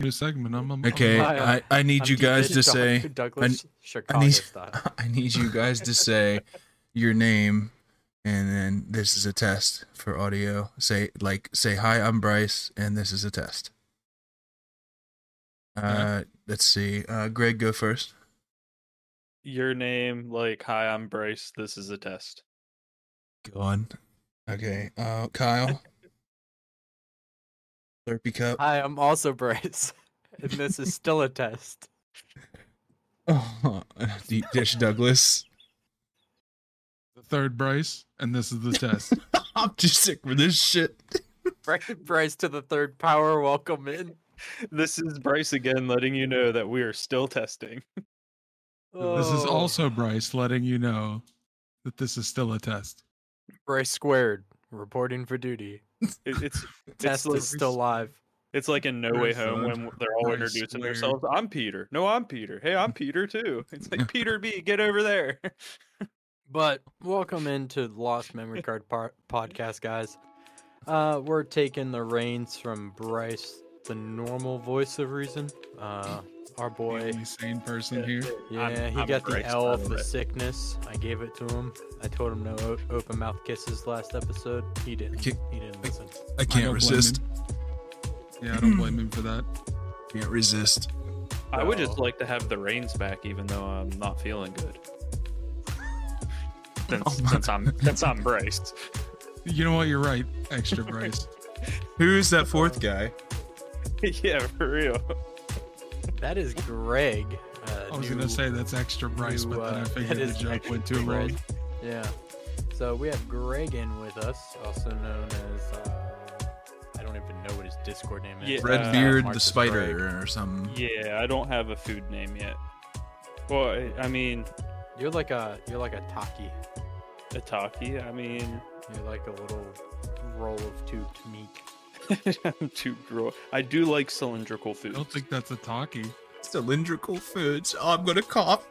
new segment. I'm, I'm Okay, I'm- I, I need you guys to say. Douglas, I Chicago need, style. I need you guys to say your name, and then this is a test for audio. Say like say hi, I'm Bryce, and this is a test. Uh, let's see. Uh, Greg, go first. Your name, like, hi, I'm Bryce. This is a test. Go on. Okay. Uh, Kyle. Slurpee cup. Hi, I'm also Bryce, and this is still a test. Oh, deep dish Douglas. the third Bryce, and this is the test. I'm too sick for this shit. Bry- Bryce to the third power, welcome in. This is Bryce again, letting you know that we are still testing. This is Oh, also Bryce letting you know that this is still a test. Bryce squared, reporting for duty. It, it's Test like- is still live. it's like in No Way Bryce, Home uh, when they're all Bryce introducing squared. themselves. I'm Peter. No, I'm Peter. Hey, I'm Peter too. It's like Peter B. Get over there. But welcome into the Lost Memory Card par- podcast, guys. Uh, we're taking the reins from Bryce, the normal voice of reason. Uh, our boy. The only sane person here. Yeah, I'm- he I'm got Bryce, the L by the for way. sickness. I gave it to him. I told him no o- open mouth kisses last episode. He didn't. Ki- He didn't listen. I I can't don't blame resist. him. Yeah, I don't blame him for that. Can't resist. I would just Oh. like to have the reins back, even though I'm not feeling good. Since, my- since I'm since I'm Bryce. You know what? You're right. Extra Bryce. Who is that fourth guy? yeah, for real. That is Greg. Uh, I was new- gonna say that's extra Bryce, new, but then uh, I that figured is the joke went extra too Bryce. long. Yeah. So we have Greg in with us, also known as uh, I don't even know what his Discord name is. Yeah, Uh, Redbeard marked the as Greg. Spider or something. Yeah, I don't have a food name yet. Well, I, I mean, You're like a you're like a taki. Ataki. I mean, You're like a little roll of tubed meat. I'm too raw. I do like cylindrical I food. don't think that's a talkie. Cylindrical foods. Oh, I'm gonna cough.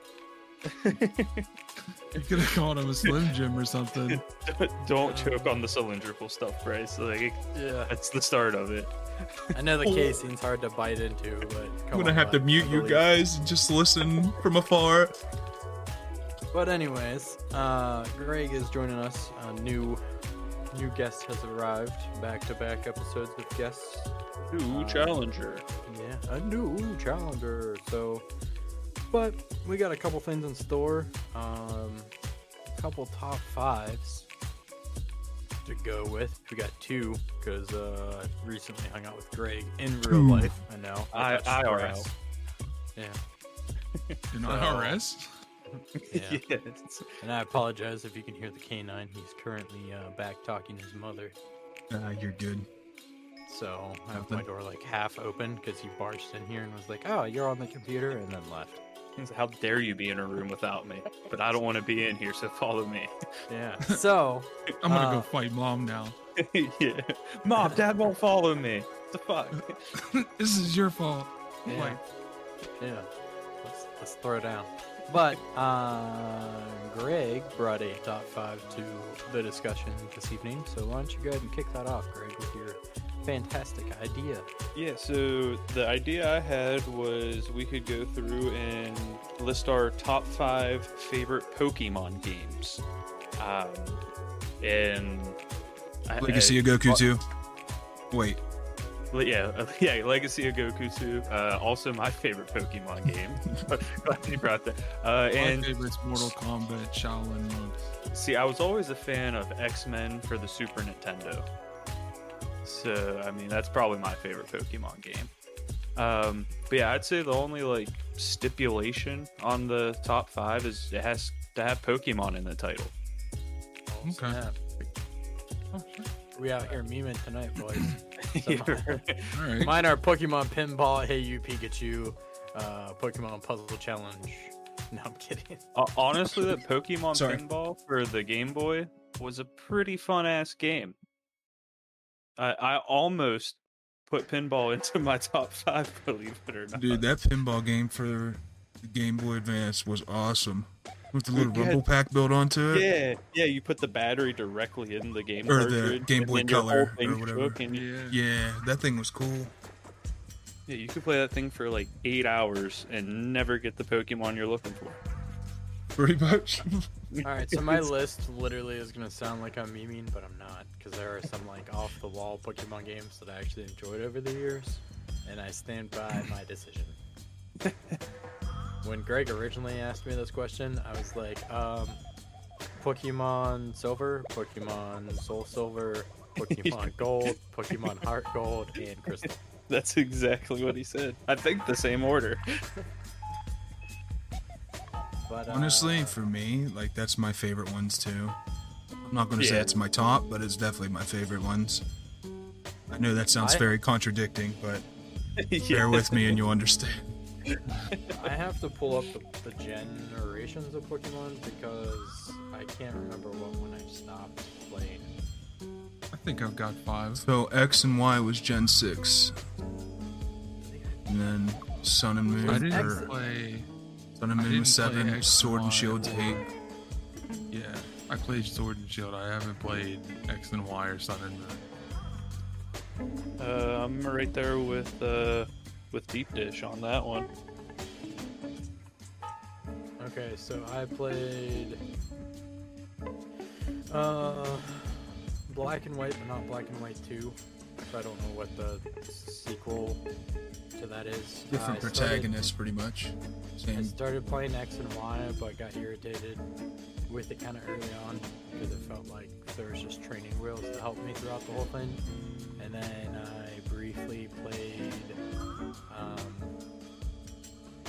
You could have called him a Slim Jim or something. don't choke on the cylindrical stuff, Bryce. Like Yeah. that's the start of it. I know the casein's hard to bite into, but Oh. I'm come gonna on, have to I- mute I you believe. guys and just listen from afar. But anyways, uh, Greg is joining us. A new new guest has arrived. Back to back episodes with guests. Ooh, Uh, challenger. Yeah, a new challenger. So, but we got a couple things in store. Um, a couple top fives to go with. We got two because uh, I recently hung out with Greg in real Two. life. I know. I, That's IRL. Yeah. You're not RS. yeah. Yes. And I apologize if you can hear the canine. He's currently uh, back talking his mother. Ah, you're good. So I have my door like half open because he barged in here and was like, "Oh, you're on the computer," and then left. He's like, How dare you be in a room without me? But I don't want to be in here, so follow me. Yeah. So I'm gonna go Uh, fight mom now. yeah. Mom, Dad won't follow me. What the fuck? this is your fault. Yeah. Like, yeah, let's, let's throw down. But uh, Greg brought a top five to the discussion this evening. So why don't you go ahead and kick that off, Greg, with your fantastic idea? Yeah, so the idea I had was we could go through and list our top five favorite Pokemon games. Um, and I- Legacy I- of Goku too. Wait, Le- yeah, uh, yeah, Legacy of Goku 2, uh, also my favorite Pokemon game. Glad you brought that. Uh, my and favorite's Mortal Kombat Shaolin monks. see, I was always a fan of X Men for the Super Nintendo. So, I mean, that's probably my favorite Pokemon game. Um, but yeah, I'd say the only like stipulation on the top five is it has to have Pokemon in the title. Oh, Okay. snap. Oh, sure. We out here memeing tonight, boys. Yeah. All right. Mine are Pokemon Pinball, Hey You Pikachu, uh, Pokemon Puzzle Challenge. No, I'm kidding. Uh, honestly, that Pokemon Sorry. Pinball for the Game Boy was a pretty fun ass game. I, I almost put pinball into my top five, believe it or not. dude, that pinball game for the Game Boy Advance was awesome. With the little Yeah. rumble pack built onto it. Yeah, yeah, you put the battery directly in the game Or the cartridge, Game and Boy then your Color whole thing or whatever. shook and you- Yeah. Yeah, that thing was cool. Yeah, you could play that thing for like eight hours and never get the Pokemon you're looking for. Pretty much. All right, so my list literally is gonna sound like I'm memeing, but I'm not, because there are some like off the wall Pokemon games that I actually enjoyed over the years, and I stand by my decision. when Greg originally asked me this question, I was like, um, Pokemon Silver, Pokemon Soul Silver, Pokemon Gold, Pokemon Heart Gold, and Crystal. That's exactly what he said. I think the same order. But Honestly, uh, for me, like that's my favorite ones too. I'm not gonna say Yeah. it's my top, but it's definitely my favorite ones. I know that sounds I- very contradicting, but Yeah. bear with me and you'll understand. I have to pull up the, the generations of Pokemon because I can't remember what when I stopped playing. I think I've got five. So X and Y was Gen six, and then Sun and Moon. I didn't or Excellent. play. Sun and I Moon didn't was play seven. X Sword and Y Shield or- eight. Yeah, I played Sword and Shield. I haven't played X and Y or Sun and Moon. Uh, I'm right there with uh, with Deep Dish on that one. Okay, so I played uh Black and White, but not Black and White 2. So I don't know what the sequel to that is. Uh, Different I started- protagonists, pretty much. I Same. started playing X and Y, but got irritated with it kind of early on because it felt like there was just training wheels to help me throughout the whole thing. And then I briefly played um,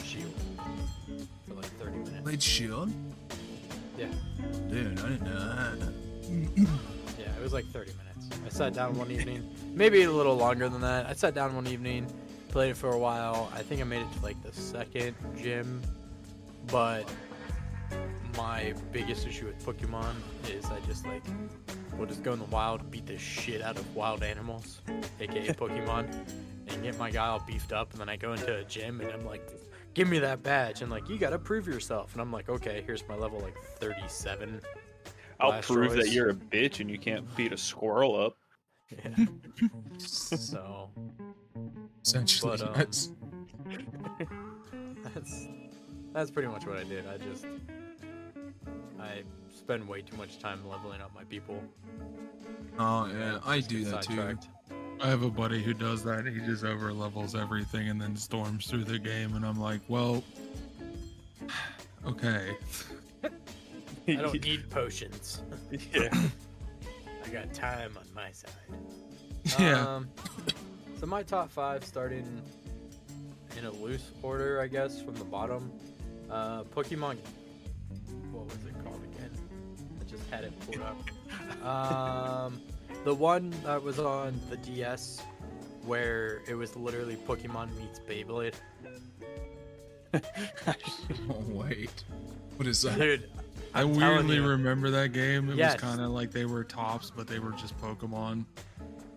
Shield for like 30 minutes. Played Shield. Yeah, Dude, I didn't know that. yeah, it was like 30 minutes. I sat down one evening, maybe a little longer than that. I sat down one evening, played it for a while. I think I made it to like the second gym, but my biggest issue with Pokemon is I just like will just go in the wild, beat the shit out of wild animals, aka Pokemon, and get my guy all beefed up, and then I go into a gym and I'm like, give me that badge, and like you gotta prove yourself, and I'm like, okay, here's my level like 37. I'll Last prove that choice. you're a bitch and you can't beat a squirrel up. Yeah, so. Essentially, But, um, that's That's that's pretty much what I did. I just I spend way too much time leveling up my people. Oh yeah, I Just do get that too. sidetracked. I have a buddy who does that. He just over levels everything and then storms through the game, and I'm like, well, okay. Uh, I don't need potions. yeah. I got time on my side. Yeah. Um, so my top five, starting in a loose order, I guess, from the bottom. Uh, Pokemon. What was it called again? I just had it pulled up. Um, the one that was on the DS, where it was literally Pokemon meets Beyblade. Oh wait, what is that? Dude, i I'm telling weirdly you. remember that game. It Yes. was kind of like they were tops, but they were just Pokemon.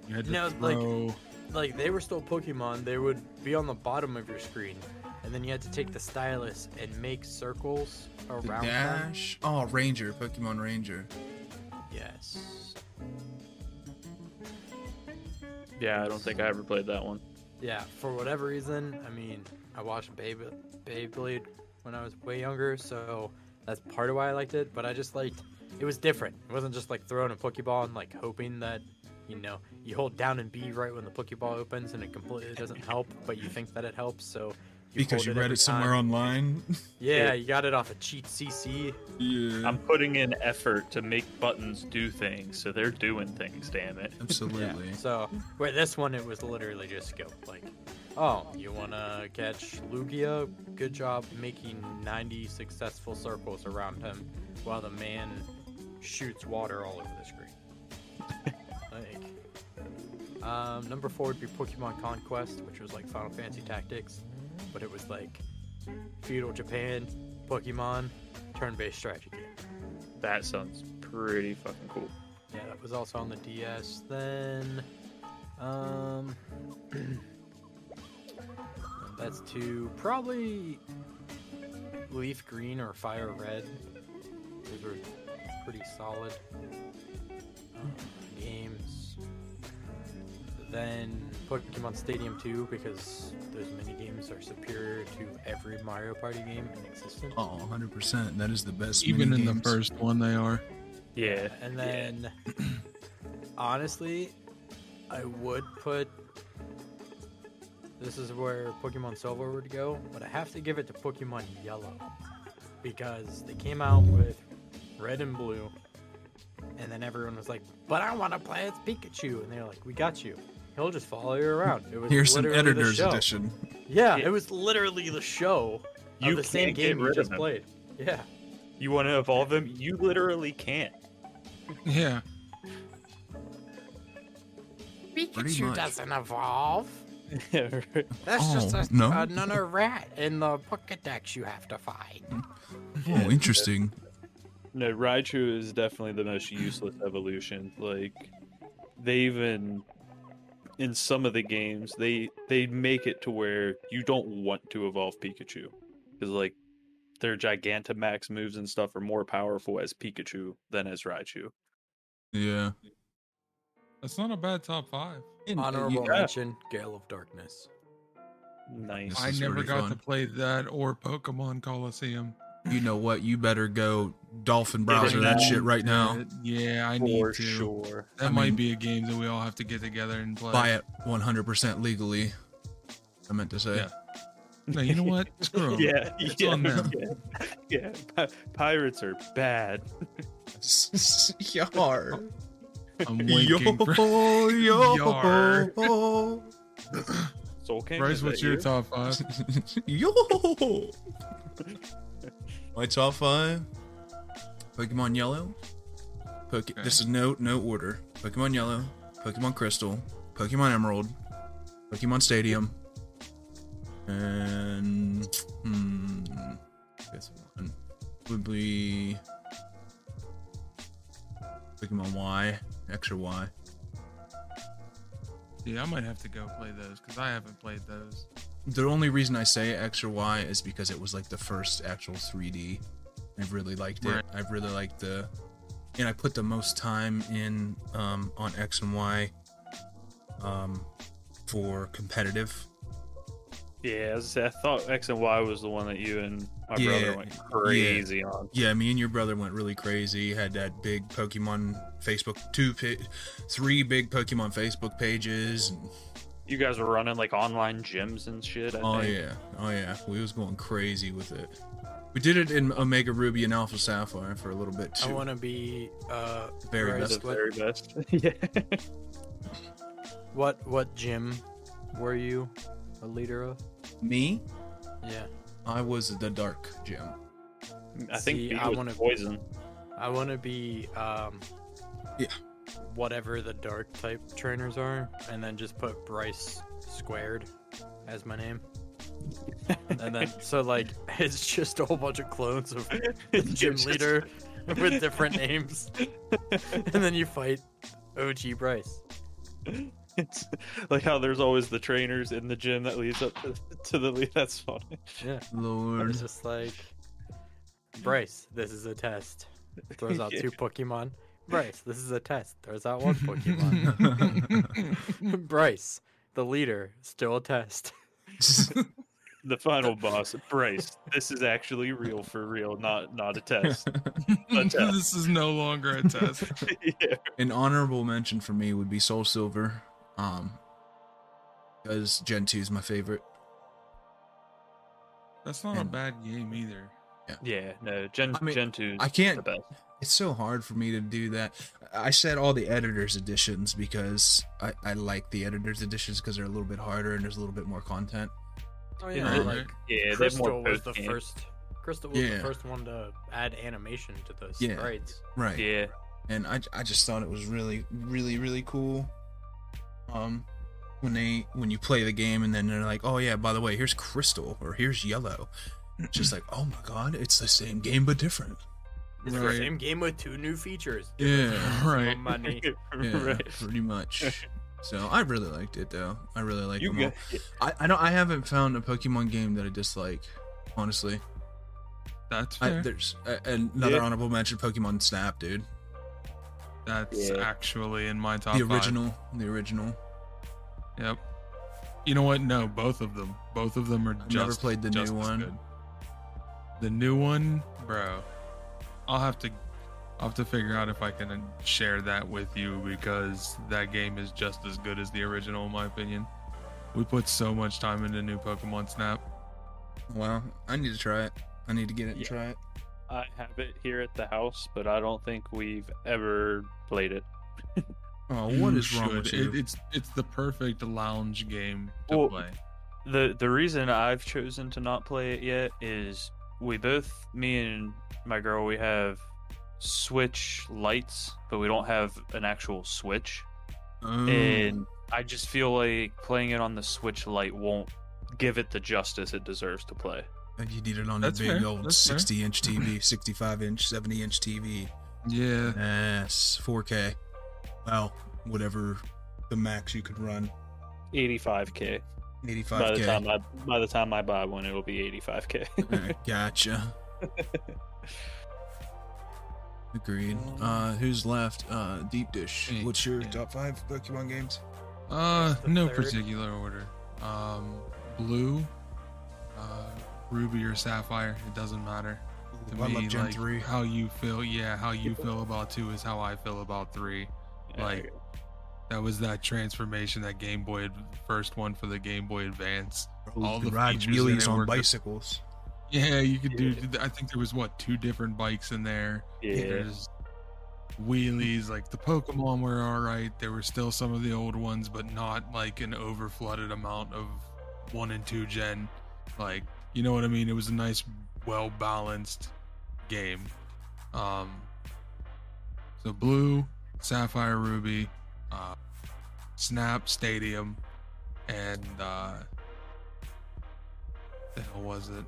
You had to No, like- throw. like they were still Pokemon, they would be on the bottom of your screen, and then you had to take the stylus and make circles The around them. dash. Oh, Ranger, Pokemon Ranger. Yes. yeah, I don't think I ever played that one. Yeah. For whatever reason, I mean, I watched Babe Beyblade when I was way younger, so that's part of why I liked it. But I just liked it was different. It wasn't just like throwing a Pokeball and like hoping that. You know, you hold down and B right when the Pokeball opens, and it completely doesn't help, but you think that it helps, so you because hold you every read it somewhere time. online. Yeah, you got it off a cheat CC, yeah, I'm putting in effort to make buttons do things, so they're doing things, damn it. absolutely. So, where this one, it was literally just skill. Like, oh, you want to catch Lugia? Good job making 90 successful circles around him while the man shoots water all over the screen. like, um, number four would be Pokemon Conquest, which was like Final Fantasy Tactics, but it was like feudal Japan, Pokemon, turn based strategy game. That sounds pretty fucking cool. Yeah, that was also on the DS. Then, um, that's two. Probably Leaf Green or Fire Red. Those were pretty solid um, games. Then Pokemon Stadium 2 because those mini games are superior to every Mario Party game in existence. Oh, 100%. That is the best. Even in the minigames. first one, they are. Yeah. And yeah. then, honestly, I would put. This is where Pokemon Silver would go, but I have to give it to Pokemon Yellow because they came out with Red and Blue, and then everyone was like, "But I want to play as Pikachu," and they're like, "We got you. He'll just follow you around." It was Here's an literally the editor's show. edition. Yeah, Yeah. it was literally the show of You the same can't get game you rid of just him. played. Yeah. you want to evolve them? You literally can't. Yeah. Pretty much. evolve. That's Oh, just a, no. another rat in the Pokedex you have to find. Oh, interesting. No, Raichu is definitely the most useless evolution. Like they even in some of the games they they make it to where you don't want to evolve Pikachu because like their Gigantamax moves and stuff are more powerful as Pikachu than as Raichu. Yeah. That's not a bad top five. And- Honorable Yeah. mention, Gale of Darkness. Nice. This I is never pretty got to fun. play that or Pokemon Coliseum. You, you know what? You better go dolphin browser that shit right now. Uh, Yeah, I need to. sure. That I might mean- be a game that we all have to get together and play. Buy it 100% legally. I meant to say. Yeah. No, you know what? Screw 'em. Yeah, Oh, It's yeah, on them. yeah, yeah. Pi- Pirates are bad. Yar. I'm winking. For... Yar. yo. Soul King. Bryce, is that what's your you? top five? Yo! My top five Pokemon Yellow. Poke- Okay. This is no no order. Pokemon Yellow, Pokemon Crystal, Pokemon Emerald, Pokemon Stadium, and hmm, fifth one would be Pokemon Y, extra Y. Yeah, I might have to go play those because I haven't played those. The only reason I say extra Y is because it was like the first actual 3D. I really liked it. Right. I really liked the, and I put the most time in um, on X and Y, um, for competitive. Yeah, I, was gonna say, I thought X and Y was the one that you and my Yeah, brother went crazy on. Yeah, me and your brother went really crazy. Had that big Pokemon Facebook two, pa- three big Pokemon Facebook pages. And, You guys were running like online gyms and shit. I oh think. yeah, oh yeah, we was going crazy with it. We did it in Omega Ruby and Alpha Sapphire for a little bit too. I want to be. Uh, Very Right. best. the That's what- very best. yeah. what what gym were you a leader of? Me? Yeah, I was the dark gym. I think See, B I was wanna- poison. I want to be. Um, Yeah. Whatever the dark type trainers are, and then just put Bryce squared as my name. and then so like it's just a whole bunch of clones of gym leader with different names. and then you fight OG Bryce. It's like how there's always the trainers in the gym that leads up to, to the lead. That's funny. Yeah. I Lord. was just like, Bryce, this is a test. Throws out two Pokemon. Bryce, this is a test. Throws out one Pokemon. Bryce, the leader, still a test. The final boss, Bryce. This is actually real for real, not not a test. A test. this is no longer a test. yeah. An honorable mention for me would be Soul Silver, um, because Gen two is my favorite. That's not a And- bad game either. yeah, no, Gen I mean, Gen two. I the can't. best. It's so hard for me to do that. I said all the editors editions because I, I like the editors editions because they're a little bit harder and there's a little bit more content. Oh yeah, Yeah. like, Yeah, they have Crystal more was the post-game. first Crystal was Yeah. the first one to add animation to those Yeah. sprites. Right. Yeah, and I, I just thought it was really really really cool um when they when you play the game and then they're like oh yeah by the way here's crystal or here's yellow It's just like oh my god it's the same game but different It's the Right. same game with two new features. yeah More Right. money. yeah right. pretty much so i really liked it though i really liked You them got, all. I, I don't i haven't found a pokemon game that i dislike honestly That's I, fair. there's a, another Yeah. honorable mention pokemon snap dude That's Yeah. actually in my top the original the original Yep. You know what? No, both of them. Both of them are I've just. never played the new just as one. good. The new one, bro. I'll have to. I'll have to figure out if I can share that with you because that game is just as good as the original, in my opinion. We put so much time into new Pokemon Snap. Well, I need to try it. I need to get it and Yeah. try it. I have it here at the house, but I don't think we've ever played it. Oh, what is wrong should. with It- you? it's it's the perfect lounge game to Well, play. the The reason I've chosen to not play it yet is we both, me and my girl, we have Switch lights, but we don't have an actual Switch. Oh, and I just feel like playing it on the Switch Lite won't give it the justice it deserves to play. you need it on a That's big fair, old that's fair. 60 inch TV, 65 inch, 70 inch TV. Yeah. Yes, 4K. Well, whatever the max you could run. 85k. By the 85K. time I by the time I buy one, it'll be 85k. Alright, gotcha. Agreed. Uh, who's left? Uh, Deep Dish. Me. What's your Yeah. top five Pokemon games? Uh, the no third? particular order. Um, blue, uh, ruby or sapphire. It doesn't matter to I me. love Gen like, three. How you feel? Yeah, how you feel about two is how I feel about three. Like that was that transformation that Game Boy, Ad- first one for the Game Boy Advance. all You the ride features in wheelies it on were good. bicycles. Yeah, you could do. Yeah. I think there was what two different bikes in there. yeah. There's wheelies. Like the Pokemon were all right. There were still some of the old ones, but not like an overflooded amount of one and two gen. Like you know what I mean? It was a nice, well balanced game. Um, so blue, sapphire, ruby, uh, snap, stadium, and uh, the hell was it?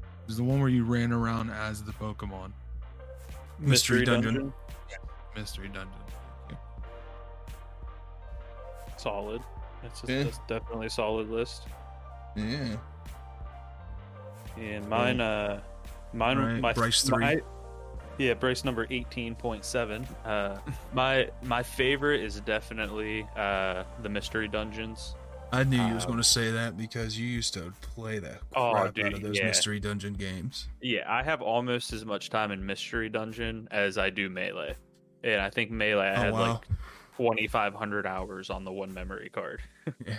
It was the one where you ran around as the Pokemon. Mystery Dungeon. Mystery Dungeon. Solid. That's, just, Yeah. that's definitely a solid list. Yeah. And mine, uh, mine, Right, my Bryce three. my- yeah, Bryce number eighteen point seven. Uh, my my favorite is definitely uh the mystery dungeons. I knew you was Uh, going to say that because you used to play the crap Oh, out of dude, those yeah. mystery dungeon games. Yeah, I have almost as much time in mystery dungeon as I do melee, and I think melee I Oh, had wow. like twenty five hundred hours on the one memory card. Yeah.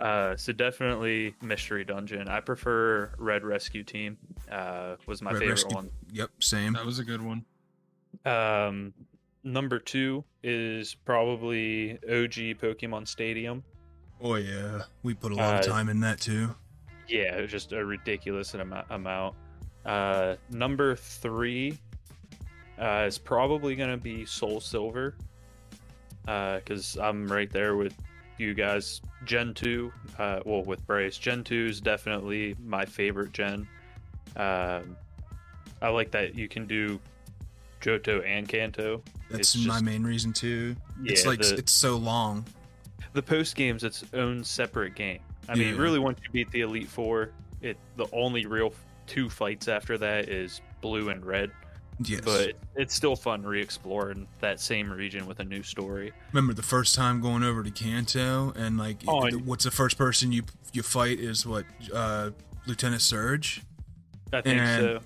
Uh, so definitely mystery dungeon. I prefer Red Rescue Team. Uh, was my Red favorite Rescue- one. Yep, same. That was a good one. Um, number two is probably OG Pokemon Stadium. Oh yeah, we put a lot of Uh, time in that too. Yeah, it was just a ridiculous am- amount. Uh, number three uh, is probably going to be Soul Silver because I'm right there with you guys. Gen 2, uh, well, with Brace. Gen 2 is definitely my favorite gen. Um, I like that you can do Johto and Kanto. That's it's my just- main reason too. it's Yeah, like the- it's so long. the post game's its own separate game. I mean, Yeah. really, once you beat the Elite Four, it the only real two fights after that is blue and red. Yes. But it's still fun re-exploring that same region with a new story. Remember the first time going over to Kanto and like Oh, it- and- what's the first person you you fight is what uh Lieutenant Surge I think And- so.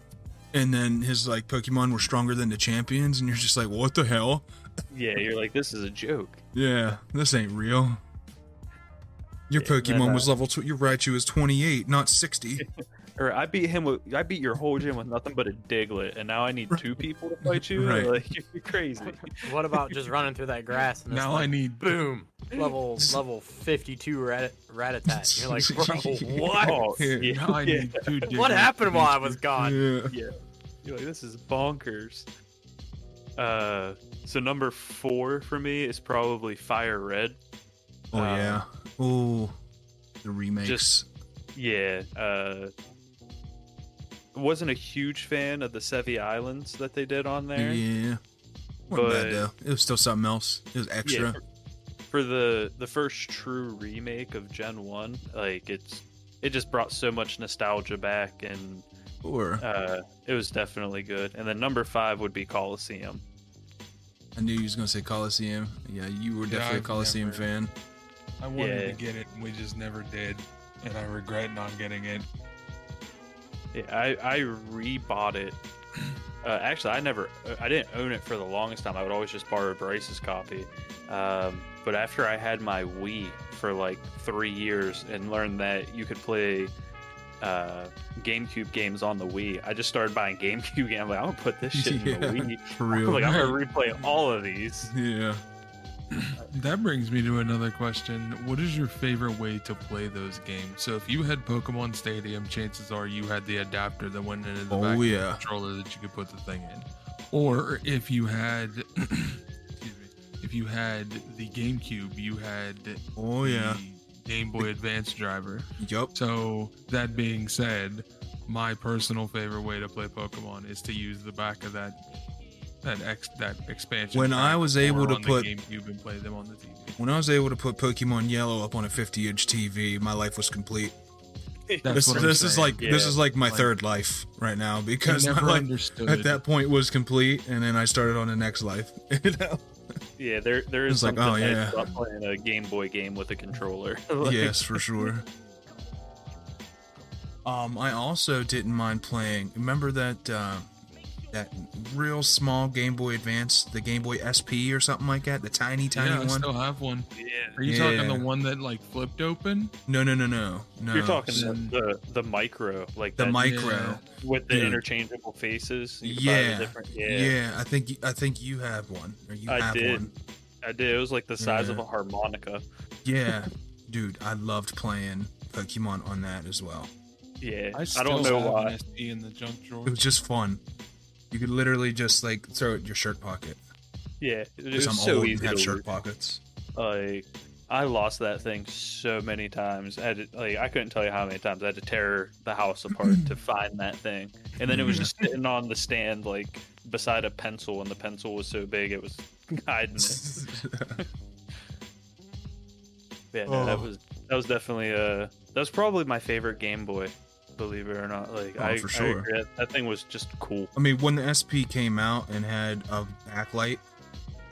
and then his like Pokemon were stronger than the champions and you're just like what the hell? Yeah, you're like, this is a joke. Yeah, this ain't real. Your Yeah, then, Pokemon uh, was level two. Your Raichu is 28, not 60. Or I beat him with I beat your whole gym with nothing but a Diglett, and now I need two people to fight you. Right. Like you're crazy. What about just running through that grass and it's Now I like, need boom level level fifty two rat rat attack. You're like, bro, what? Oh, Yeah. yeah, Now I yeah. need two. What Diglett happened to while be- I was gone? Yeah. You're like, this is bonkers. Uh, so number four for me is probably Fire Red. Oh Uh, yeah. Oh, the remakes. just- Yeah. Uh, wasn't a huge fan of the Sevi Islands that they did on there. yeah. Wasn't But- bad though. It was still something else. It was extra. For the the first true remake of Gen One, like it's it just brought so much nostalgia back, and Or uh, it was definitely good. And then number five would be Coliseum. I knew you was gonna say Coliseum. Yeah, you were Yeah, definitely I've a Coliseum never- fan. I wanted Yeah. to get it, and we just never did, and I regret not getting it. Yeah, I I rebought it. Uh, actually, I never, I didn't own it for the longest time. I would always just borrow Bryce's copy. Um, but after I had my Wii for like three years and learned that you could play uh, GameCube games on the Wii, I just started buying GameCube games. I'm like, I'm gonna put this shit in the Yeah, Wii. For real. like, I'm gonna replay all of these. yeah. That brings me to another question. What is your favorite way to play those games? So if you had Pokemon Stadium, chances are you had the adapter that went into the back Oh of the yeah. controller that you could put the thing in. Or if you had excuse me, if you had the GameCube, you had Oh yeah. the Game Boy Advance driver. Yup. So that being said, my personal favorite way to play Pokemon is to use the back of that that ex that expansion. When pack I was or able to on the put- GameCube and play them on the TV. When I was able to put Pokemon Yellow up on a 50-inch TV, my life was complete. That's this what I'm this is saying. like this Yeah. is like my Like- third life right now I because my never life understood at that point was complete, and then I started on the next life. you know? Yeah, there there It's is like, something oh, yeah. edge about playing a Game Boy game with a controller. Like, yes, for sure. Um, I also didn't mind playing. Remember that uh, that real small Game Boy Advance, the Game Boy SP or something like that, the tiny, tiny yeah, I one. still have one. yeah. Are you Yeah. talking the one that like flipped open? No, no, no, no, no. You're talking so- the, the the micro, like the that- micro. yeah. with the Dude. interchangeable faces. You could buy Yeah, the different, yeah, yeah. I think y- I think you have one. Or you I have did. one. I did. It was like the size of Yeah. a harmonica. Yeah, dude, I loved playing Pokemon on that as well. Yeah, I, still don't know have an why. SP in the junk drawer. It was just fun. You could literally just like throw it in your shirt pocket. Yeah, it was Because I'm so old easy and have to shirt lose. pockets. Like, I lost that thing so many times. I had to, like I couldn't tell you how many times I had to tear the house apart to find that thing, and then it was just sitting on the stand like beside a pencil, and the pencil was so big it was hiding it. Yeah, no, that Oh. was that was definitely uh that was probably my favorite Game Boy, believe it or not. Like Oh, I for for sure. sure that thing was just cool. I mean, when the SP came out and had a backlight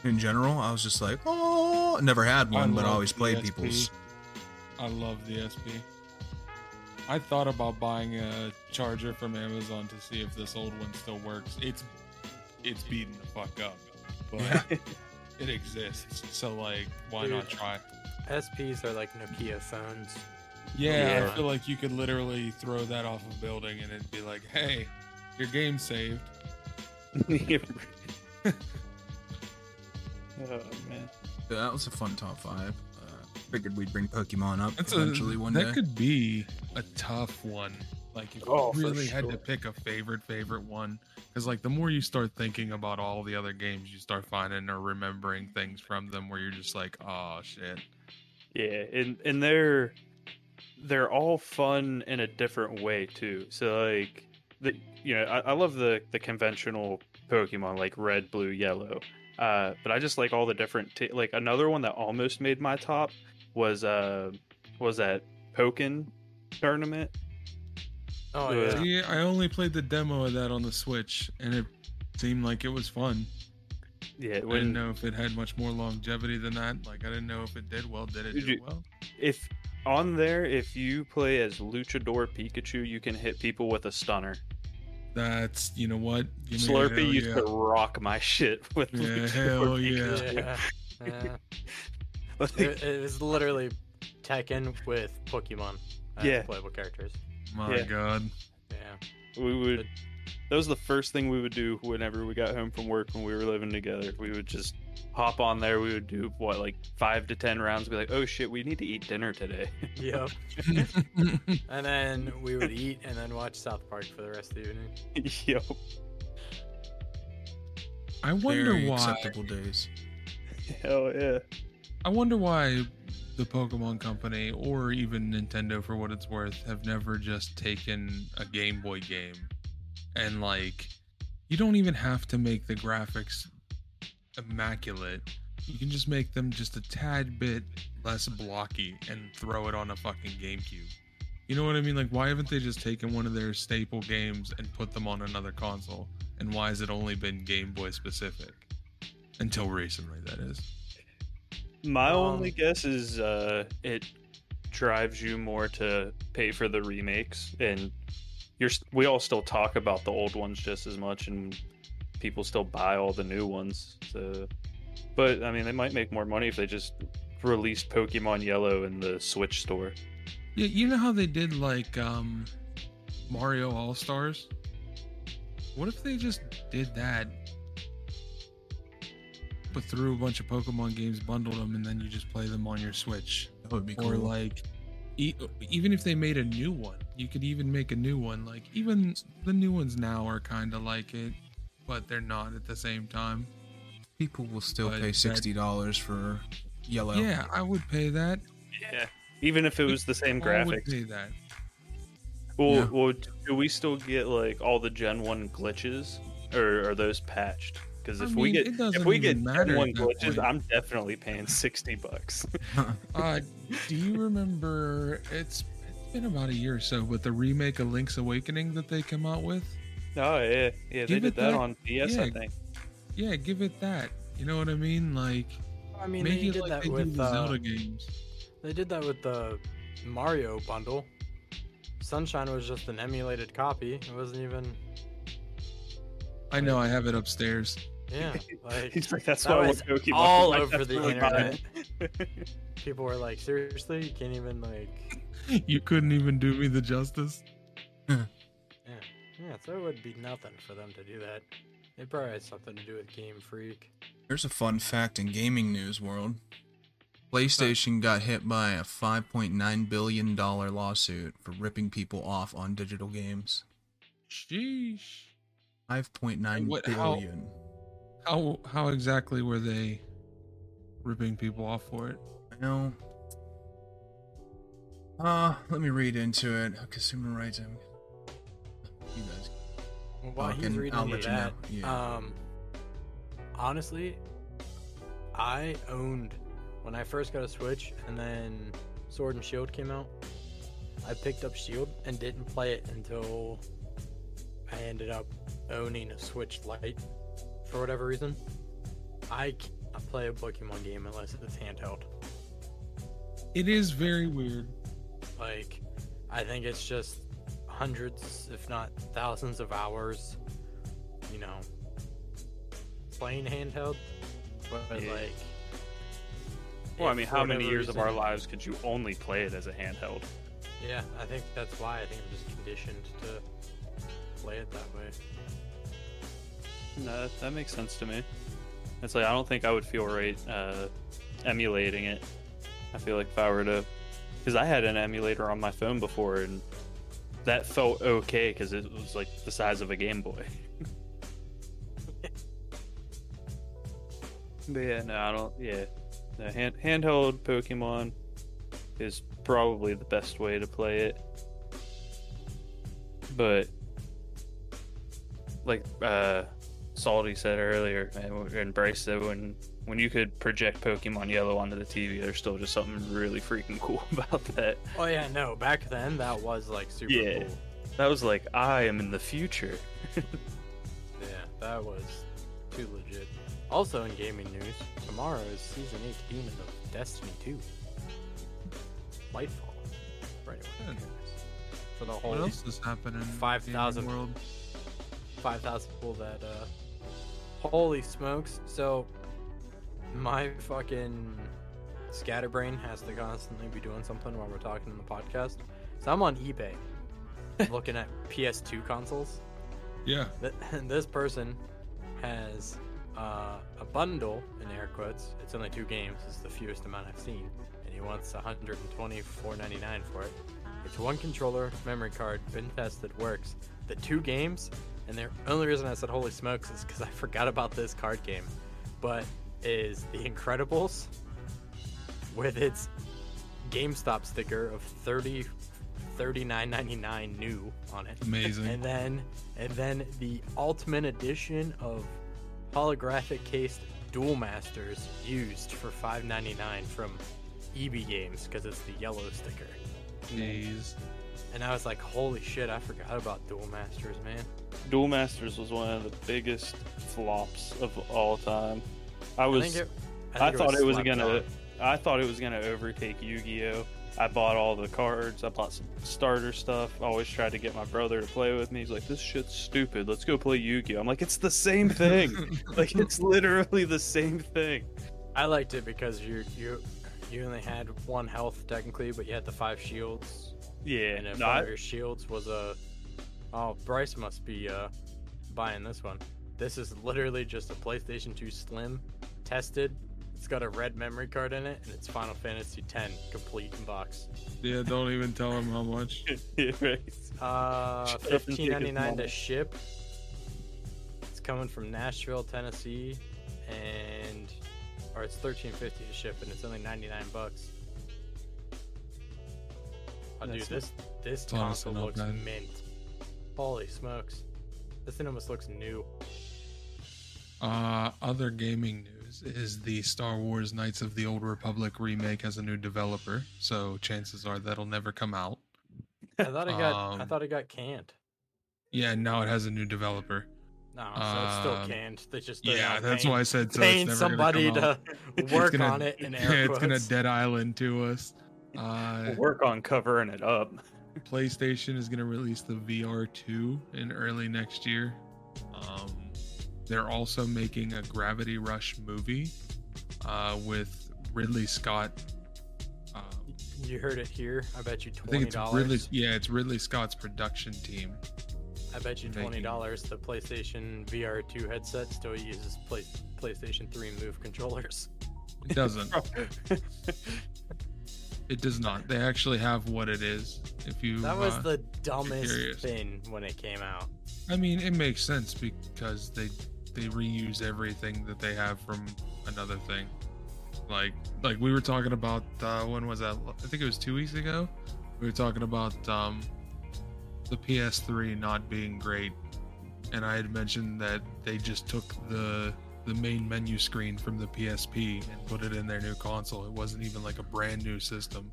in general, I was just like, oh, I never had one, but I love always the played SP. people's. I love the SP. I thought about buying a charger from Amazon to see if this old one still works. It's it's beating the fuck up, but Yeah. it exists. So like, why Dude. not try? SPs are like Nokia phones. Yeah, Yeah. I feel like you could literally throw that off a building and it'd be like, hey, your game saved. oh man. Yeah, that was a fun top five. Uh, figured we'd bring Pokemon up That's eventually a, one that day. could be a tough one. Like if Oh, for you really had to sure. pick a favorite favorite one, because like the more you start thinking about all the other games, you start finding or remembering things from them where you're just like, oh shit. Yeah, and and they're they're all fun in a different way too. So like the you know I, I love the the conventional Pokemon like red, blue, yellow. Uh, but I just like all the different t- like another one that almost made my top was uh was that Pokin tournament. Oh Yeah. yeah. See, I only played the demo of that on the Switch, and it seemed like it was fun. Yeah, I when didn't know if it had much more longevity than that. Like I didn't know if it did well. Did it Did do you- well? if on there if you play as Luchador Pikachu, you can hit people with a stunner. That's you know what Give me a hell Slurpee used to rock my shit with Yeah, Luchador hell yeah. Pikachu. Yeah. yeah. Like, It, it was literally Tekken with Pokemon. as Yeah. Playable characters. My Yeah. God. Yeah. We would. That was the first thing we would do whenever we got home from work when we were living together. We would just hop on there. We would do what like five to ten rounds. Be like, oh shit, we need to eat dinner today. Yep. And then we would eat and then watch South Park for the rest of the evening. Yo, I wonder Very why. acceptable days. hell yeah. I wonder why the Pokemon Company or even Nintendo, for what it's worth, have never just taken a Game Boy game and, like, you don't even have to make the graphics immaculate. You can just make them just a tad bit less blocky and throw it on a fucking GameCube. You know what I mean? Like, why haven't they just taken one of their staple games and put them on another console? And why has it only been Game Boy specific? until recently, that is. My Um, only guess is uh, it drives you more to pay for the remakes, and you're s- we all still talk about the old ones just as much, and people still buy all the new ones. So, but I mean, they might make more money if they just released Pokemon Yellow in the Switch store. Yeah, you know how they did like um Mario All Stars? What if they just did that? But threw a bunch of Pokemon games, bundled them, and then you just play them on your Switch. That would be cool. Or like, e- even if they made a new one, you could even make a new one. Like even the new ones now are kind of like it, but they're not at the same time. People will still But pay that- sixty dollars for yellow. Yeah, I would pay that. Yeah, even if it was the same I would graphics. pay that. Well, Yeah. well, do we still get like all the Gen One glitches, or are those patched? Because I if we mean, get it doesn't if we even get matter Gen at One that glitches, point. I'm definitely paying sixty bucks. Uh, do you remember? It's it's been about a year or so, but the remake of Link's Awakening that they come out with. oh yeah, yeah, they Give did it that back. on DS, I Yeah. think. Yeah, give it that. You know what I mean? Like I mean, make they it did like that they do with the Zelda uh, games. they did that with the Mario bundle. Sunshine was just an emulated copy. It wasn't even I know I have it upstairs. yeah. Like He's like, that's that why I want was Pokemon. all Like, over that's the what I buy. internet. People were like, seriously, you can't even like. You couldn't even do me the justice. Yeah, yeah. So it would be nothing for them to do that. It probably had something to do with Game Freak. There's a fun fact in gaming news world. PlayStation got hit by a 5.9 billion dollar lawsuit for ripping people off on digital games. Sheesh. 5.9 billion. What- how- How how exactly were they ripping people off for it? No. Uh, let me read into it. Uh, Consumer rights. I'm... You guys. Well, while talk, he's and reading I'll you let you that, know. Yeah. um, honestly, I owned when I first got a Switch, and then Sword and Shield came out. I picked up Shield and didn't play it until I ended up owning a Switch Lite for whatever reason. I can't play a Pokemon game unless it's handheld. It is very weird. Like, I think it's just hundreds, if not thousands, of hours, you know, playing handheld. But, Yeah. like, Well, I if mean, for how many whatever years of our reason- lives could you only play it as a handheld? Yeah, I think that's why. I think I'm just conditioned to play it that way. No, that makes sense to me. It's like I don't think I would feel right uh, emulating it. I feel like if I were to, because I had an emulator on my phone before, and that felt okay because it was like the size of a Game Boy. but yeah, no, I don't. Yeah, no, hand, handheld Pokemon is probably the best way to play it. But like uh, Salty said earlier, and, and Bryce said when when you could project Pokemon Yellow onto the TV, there's still just something really freaking cool about that. Oh, yeah, no, back then that was, like, super Yeah. cool. That was like, I am in the future. Yeah, that was too legit. Also, in gaming news, tomorrow is season 18 of Destiny 2. Lightfall. Right away. Good. Hmm. For the What whole else is happening? in the 5,000. gaming world. 5,000 people that, uh. Holy smokes. So, my fucking scatterbrain has to constantly be doing something while we're talking in the podcast. So, I'm on eBay looking at PS2 consoles. Yeah. Th- this person has uh, a bundle in air quotes. It's only two games. It's the fewest amount I've seen, and he wants 124.99 for it. It's one controller, memory card, been tested, works. The two games, and the only reason I said holy smokes is because I forgot about this card game, but is The Incredibles with its GameStop sticker of 30 39.99 new on it. Amazing. And then and then the ultimate edition of holographic cased Duel Masters used for 5.99 from EB Games because it's the yellow sticker. Jeez. And I was like, holy shit, I forgot about Duel Masters, man. Duel Masters was one of the biggest flops of all time. I was. think it- I, think thought it was slept gonna. on. I thought it was gonna overtake Yu-Gi-Oh. I bought all the cards. I bought some starter stuff. I always tried to get my brother to play with me. He's like, "This shit's stupid. Let's go play Yu-Gi-Oh." I'm like, "It's the same thing. like, it's literally the same thing." I liked it because you you you only had one health technically, but you had the five shields, Yeah, and if no, one I- of your shields was a oh Bryce must be uh buying this one. This is literally just a PlayStation 2 Slim tested. It's got a red memory card in it, and it's Final Fantasy X complete in box. Yeah, don't even tell him how much. yeah, right. Uh, Shut up and take fifteen his ninety nine to money. ship. It's coming from Nashville, Tennessee, and or it's thirteen fifty to ship, and it's only ninety nine bucks. Oh, dude, That's this this It's honestly console not looks bad. mint. Holy smokes, this thing almost looks new. Uh, other gaming news is the Star Wars Knights of the Old Republic remake has a new developer, so chances are that'll never come out. I thought it got I Um, thought it got canned. Yeah, now it has a new developer. No, so it's still um, canned. They just they're Yeah, not that's paying, why I said so. paying it's never gonna somebody come out. to work gonna- on it. In air yeah, it's gonna quotes. dead island to us. Uh, We'll work on covering it up. PlayStation is gonna release the VR2 in early next year. Um, they're also making a Gravity Rush movie uh, with Ridley Scott. Um, You heard it here. I bet you I twenty think it's dollars. Ridley. Yeah, it's Ridley Scott's production team. I bet you Thank twenty you. dollars the PlayStation VR two headset still uses play- PlayStation three Move controllers. It doesn't. it does not. They actually have what it is. If you, That was uh, the dumbest curious. thing when it came out. I mean, it makes sense because they they reuse everything that they have from another thing. Like like we were talking about uh, when was that? I think it was two weeks ago. We were talking about um, the PS3 not being great, and I had mentioned that they just took the the main menu screen from the PSP and put it in their new console. It wasn't even like a brand new system.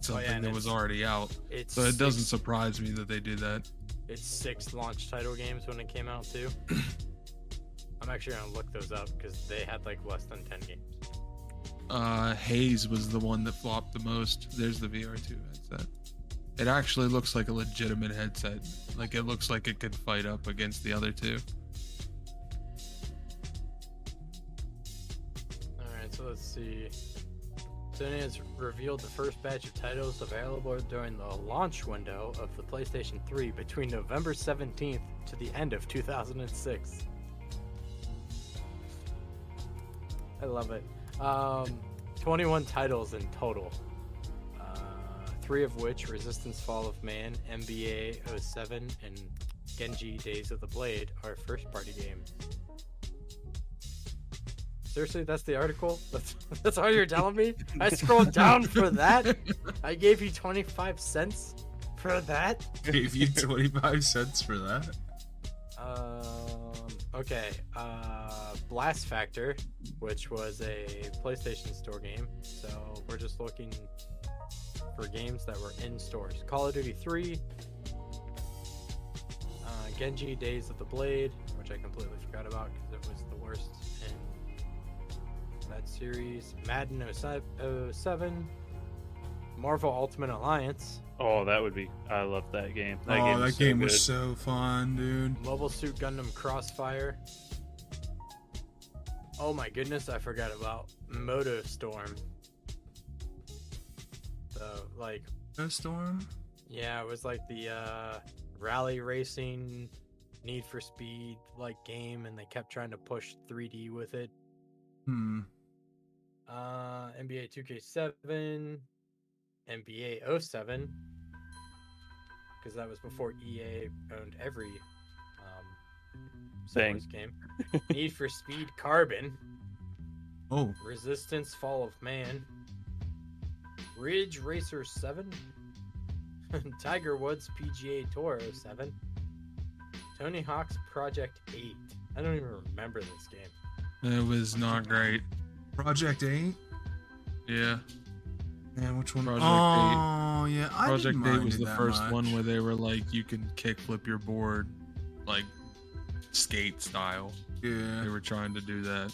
Something Oh, and that was it's- already out. It's So it doesn't six, surprise me that they did that. it's six launch title games when it came out too. I'm actually gonna look those up because they had like less than ten games. uh haze was the one that flopped the most there's the vr2 headset it actually looks like a legitimate headset like it looks like it could fight up against the other two All right, so let's see. Sony has revealed the first batch of titles available during the launch window of the PlayStation 3 between November 17th to the end of 2006. I love it. Um, 21 titles in total, uh, three of which Resistance Fall of Man, NBA 07, and Genji Days of the Blade are first party games. Seriously, that's the article? That's that's all you're telling me? I scrolled down for that. I gave you 25 cents for that? Gave you 25 cents for that. Um okay. Uh Blast Factor, which was a PlayStation store game. So we're just looking for games that were in stores. Call of Duty 3, uh, Genji Days of the Blade, which I completely forgot about because it was the worst in that series. Madden 07, Marvel Ultimate Alliance, oh, that would be. I love that game. That oh, game, that was so game was good. so fun, dude. Mobile Suit Gundam Crossfire. Oh my goodness, I forgot about Moto Storm. So, like, The storm. yeah, it was like the uh, rally racing, Need for Speed like game, and they kept trying to push 3D with it. Hmm. Uh, NBA 2K7, NBA 07, because oh that was before EA owned every um, Star Thing. Wars game. Need for Speed Carbon, Oh, Resistance Fall of Man, Ridge Racer 7, Tiger Woods PGA Tour 07, Tony Hawk's Project 8. I don't even remember this game. it was not great Project 8. yeah Yeah, which one? Project oh, yeah. I project didn't Day mind was it the that first much. one where they were like you can kick flip your board like skate style Yeah. they were trying to do that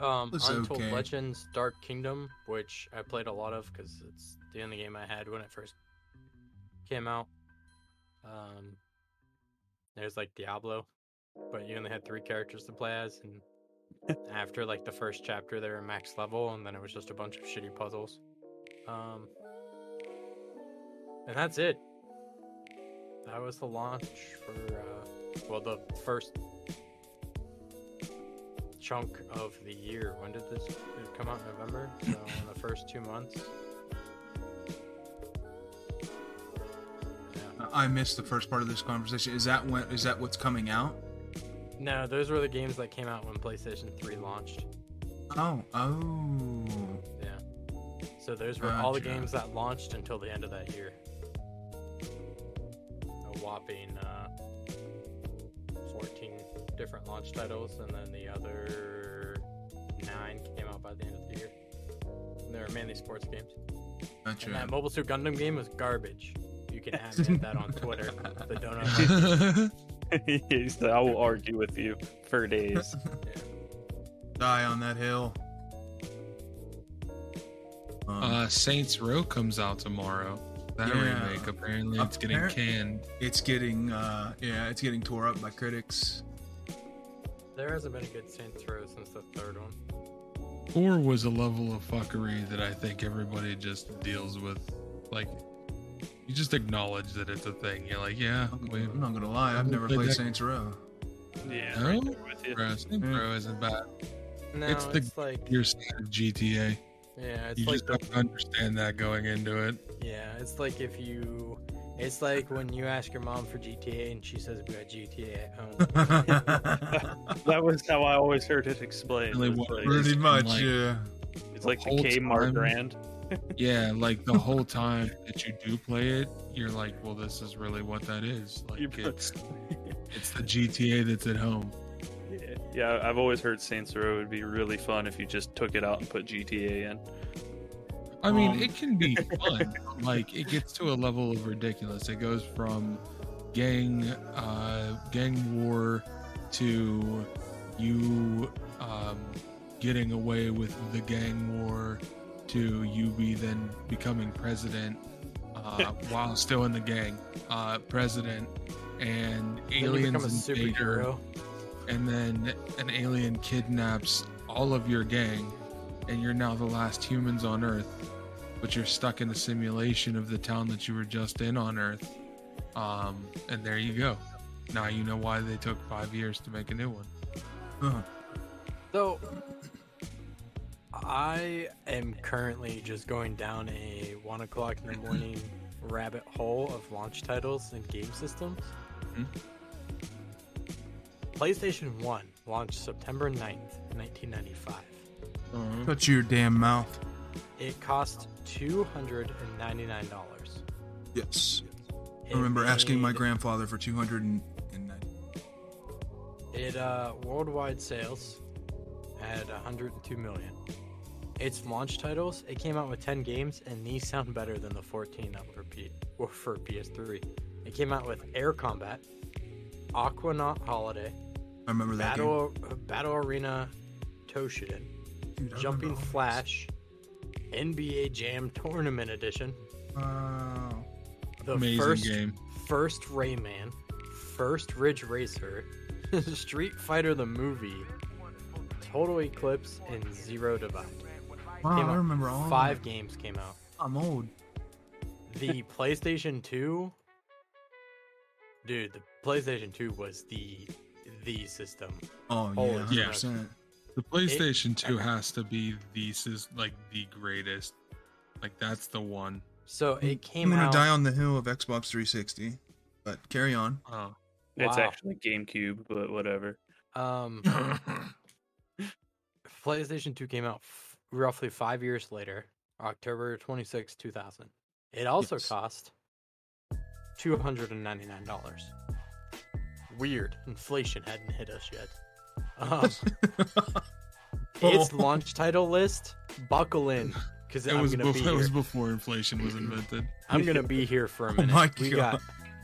Um, It's Untold okay. Legends Dark Kingdom, which I played a lot of because it's the only game I had when it first came out. Um, there's like Diablo, but you only had three characters to play as, and after like the first chapter, they were max level, and then it was just a bunch of shitty puzzles. Um, and that's it. That was the launch for, uh, well, the first chunk of the year. When did this it come out? in November. So in the first two months. Yeah. I missed the first part of this conversation. Is that when? Is that what's coming out? No, those were the games that came out when PlayStation 3 launched. Oh, oh. Yeah. So those were all the Gotcha. games that launched until the end of that year. A whopping uh, 14 different launch titles, and then the other nine came out by the end of the year. And they were mainly sports games. And that Gotcha. Mobile Suit Gundam game was garbage. You can admit that on Twitter. The donut. Yes, I will argue with you for days. Die on that hill. Um, uh, Saints Row comes out tomorrow. That Yeah. remake apparently it's getting Apparent- canned. it's getting, uh, yeah, it's getting tore up by critics. There hasn't been a good Saints Row since the third one. Four was a level of fuckery that I think everybody just deals with. Like, you just acknowledge that it's a thing. You're like, yeah, we, I'm not gonna lie, I've never But played that- Saints Row. yeah, No? right there with you. bro, Saints Mm. Row isn't bad. No, It's it's, the- like You're standard GTA. yeah, it's you like just the, have to understand that going into it. yeah, it's like if you, it's like when you ask your mom for GTA and she says we got GTA at home. That was how I always heard it explained. Really It's what- like- really- Pretty much, Like- yeah. It's like the whole Kmart time- brand. Yeah, like the whole time that you do play it, you're like, well, this is really what that is. You Like, put- it's it's the GTA that's at home. Yeah, yeah, I've always heard Saints Row would be really fun if you just took it out and put GTA in. I mean, Um, it can be fun. but, like it gets to a level of ridiculous. It goes from gang uh, gang war to you um, getting away with the gang war to you be then becoming president uh, while still in the gang uh, president and Then you become a aliens invader superhero. and then an alien kidnaps all of your gang, and you're now the last humans on Earth, but you're stuck in a simulation of the town that you were just in on Earth. Um, and there you go. Now you know why they took five years to make a new one. Uh, So, I am currently just going down a one o'clock in the morning rabbit hole of launch titles and game systems. Mm-hmm. Hmm. PlayStation 1 launched September 9th, 1995. Uh, Shut your damn mouth. It cost $299. Yes. It I remember asking my made- grandfather for 200 and. and I- It uh, worldwide sales had 102 million. Its launch titles, it came out with 10 games, and these sound better than the 14 up for, P- or for PS3. It came out with Air Combat, Aquanaut Holiday, I remember that game. Battle uh, Battle Arena Toshiden, Dude, I Jumping remember all Flash, NBA Jam Tournament Edition, this. Wow. the amazing first game. First Rayman, First Ridge Racer, Street Fighter the movie, Total Eclipse, and Zero Divide. Wow, Came Oh, I out- remember all Five Of games came out. it. I'm old. The PlayStation 2, dude, the PlayStation 2 was the the system. Oh, Oh, yeah. yeah. 100%. The PlayStation 2 has to be the sys- like the greatest. Like that's the one. So it I'm came going out. to die on the hill of Xbox 360. But carry on. Uh, It's Wow. actually GameCube, but whatever. um, PlayStation 2 came out f- roughly five years later, October 26, 2000. It also Yes. cost $299. Weird. Inflation hadn't hit us yet. Um, its Oh. launch title list, buckle in. Because it I'm was going to be before, it was here. before inflation was invented. I'm going to be here for a minute. Oh my we God. got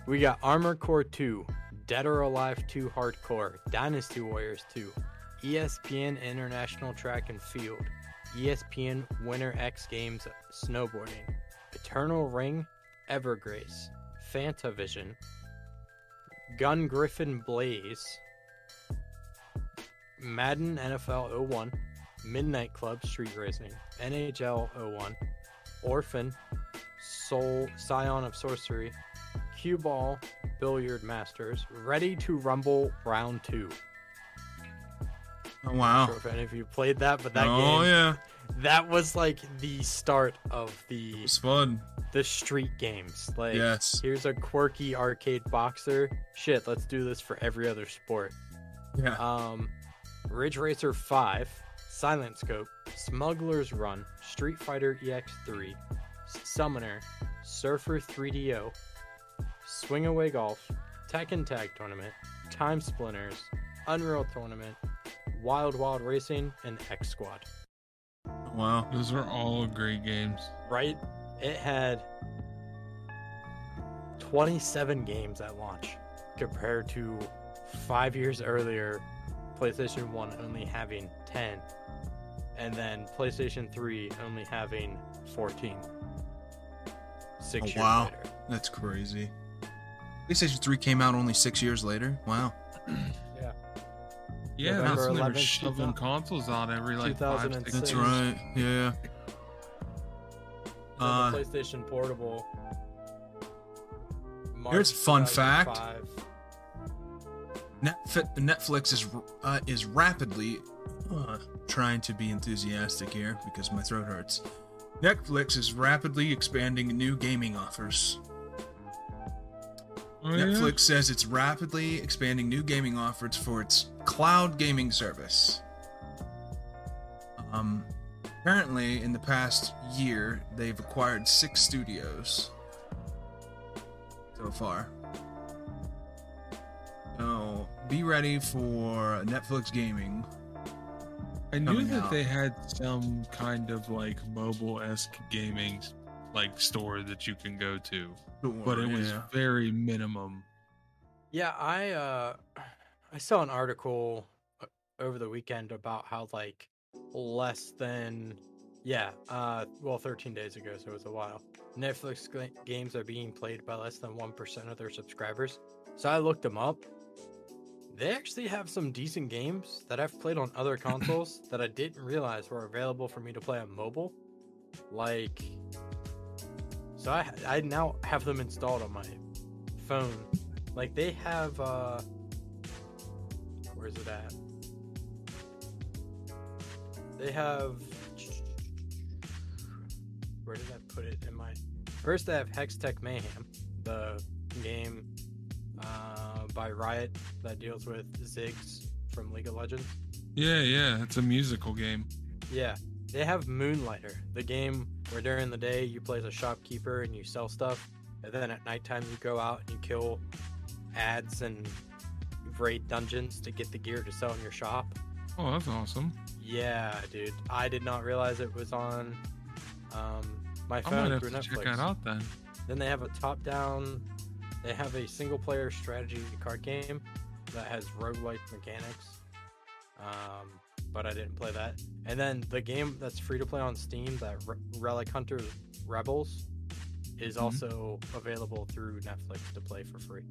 we got Armor Core 2, Dead or Alive 2 Hardcore, Dynasty Warriors E 2, ESPN International Track and Field, E ESPN Winter X Games Snowboarding, Eternal Ring, Evergrace, Fantavision, Gun Griffin Blaze, Madden NFL 01, Midnight Club Street Racing, NHL 01, Orphan, Soul Scion of Sorcery, Cue Ball, Billiard Masters, Ready to Rumble Round 2. Oh, sure wow. if any of you played that, but that oh game yeah, that was like the start of the it's fun. the street games. Like Yes. here's a quirky arcade boxer. Shit, let's do this for every other sport. Yeah. Um Ridge Racer 5, Silent Scope, Smuggler's Run, Street Fighter E EX3, Summoner, Surfer 3DO, Swing Away Golf, Tekken Tag Tournament, Time Splinters, Unreal Tournament, Wild Wild Racing, and X Squad. Oh, wow. Those are all great games. Right? It had 27 games at launch compared to five years earlier, PlayStation 1 only having 10, and then PlayStation 3 only having 14. Six Oh, years wow. later. That's crazy. PlayStation 3 came out only six years later. Wow. Yeah, November that's when they were 11th, shoving 2000 consoles out every like five, six 2006. That's years. right. Yeah. And then Uh, the PlayStation Portable. March Here's a fun fact. 2005. Netf- Netflix is uh, is rapidly uh, trying to be enthusiastic here because my throat hurts. Netflix is rapidly expanding new gaming offers. Oh, yeah? Netflix says it's rapidly expanding new gaming offers for its cloud gaming service. Um, apparently, in the past year, they've acquired six studios so far. So be ready for Netflix gaming. I knew coming that out. they had some kind of like mobile esque gaming like store that you can go to, but it was Yeah. very minimum. Yeah, I uh I saw an article o- over the weekend about how like less than yeah, uh well 13 days ago so it was a while. Netflix gla- games are being played by less than 1% of their subscribers. So I looked them up. They actually have some decent games that I've played on other consoles that I didn't realize were available for me to play on mobile. Like so I I now have them installed on my phone like they have uh where's it at? They have where did I put it in my first they have Hextech Mayhem, the game uh, by Riot that deals with Ziggs from League of Legends. Yeah, yeah, it's a musical game. Yeah. They have Moonlighter, the game where during the day you play as a shopkeeper and you sell stuff, and then at nighttime you go out and you kill ads and raid dungeons to get the gear to sell in your shop. Oh, that's awesome. Yeah, dude. I did not realize it was on um, my I might phone have through to Netflix. check that out then. Then they have a top down, they have a single player strategy card game that has roguelike mechanics. Um, but I didn't play that. And then the game that's free to play on Steam, that Re- Relic Hunter Rebels, is Mhm. also available through Netflix to play for free.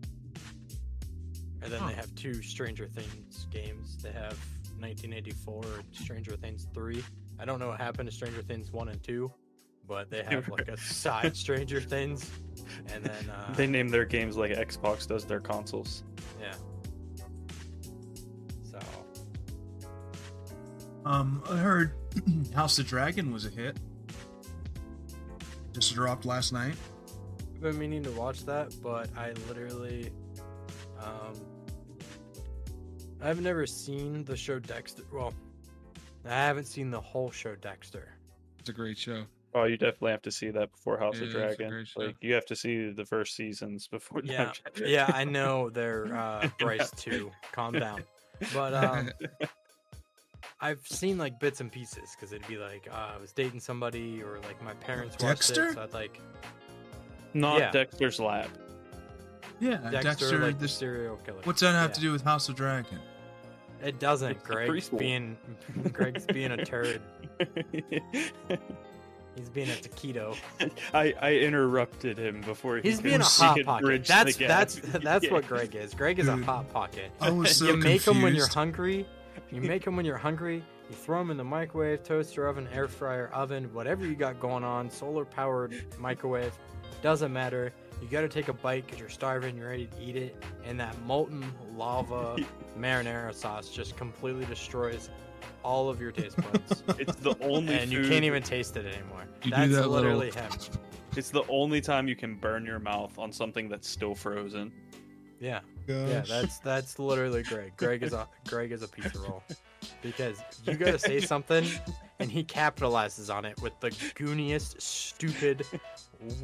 And then Huh. they have two Stranger Things games. They have 1984 and Stranger Things 3. I don't know what happened to Stranger Things 1 and 2, but they have like a side Stranger Things. And then, uh, They name their games like Xbox does their consoles. yeah. So, Um, I heard House of Dragon was a hit. Just dropped last night. I've been meaning to watch that, but I literally, um, I've never seen the show Dexter. Well, I haven't seen the whole show Dexter. It's a great show. Oh, you definitely have to see that before House Yeah, of it's a Dragon. great show. Like you have to see the first seasons before. No, Yeah, I'm joking. yeah, I know they're uh, Bryce too. Calm down, but um, I've seen like bits and pieces because it'd be like uh, I was dating somebody or like my parents watched Dexter? it, so I'd like Not yeah. Dexter's Lab. Yeah, Dexter, Uh, Dexter. like the this, serial killer. what's that have Yeah. to do with House of Dragon? It doesn't. It's a Greg's preschool. being Greg's being a turd. He's being a taquito. I, I interrupted him before he He's could- being a he hot could pocket. bridge the That's gap. that's that's Yeah. what Greg is. Greg is a Dude. hot pocket. I was so you make them when you're confused. hungry. You make them when you're hungry. You throw them in the microwave, toaster oven, air fryer, oven, whatever you got going on, solar powered microwave, doesn't matter. You got to take a bite because you're starving. You're ready to eat it, and that molten lava marinara sauce just completely destroys all of your taste buds, It's the only and you food- can't even taste it anymore. You do That's that little- literally him. It's the only time you can burn your mouth on something that's still frozen. Yeah. Yeah, Gosh. that's that's literally Greg. Greg is a Greg is a pizza roll because you gotta say something, and he capitalizes on it with the gooniest, stupid,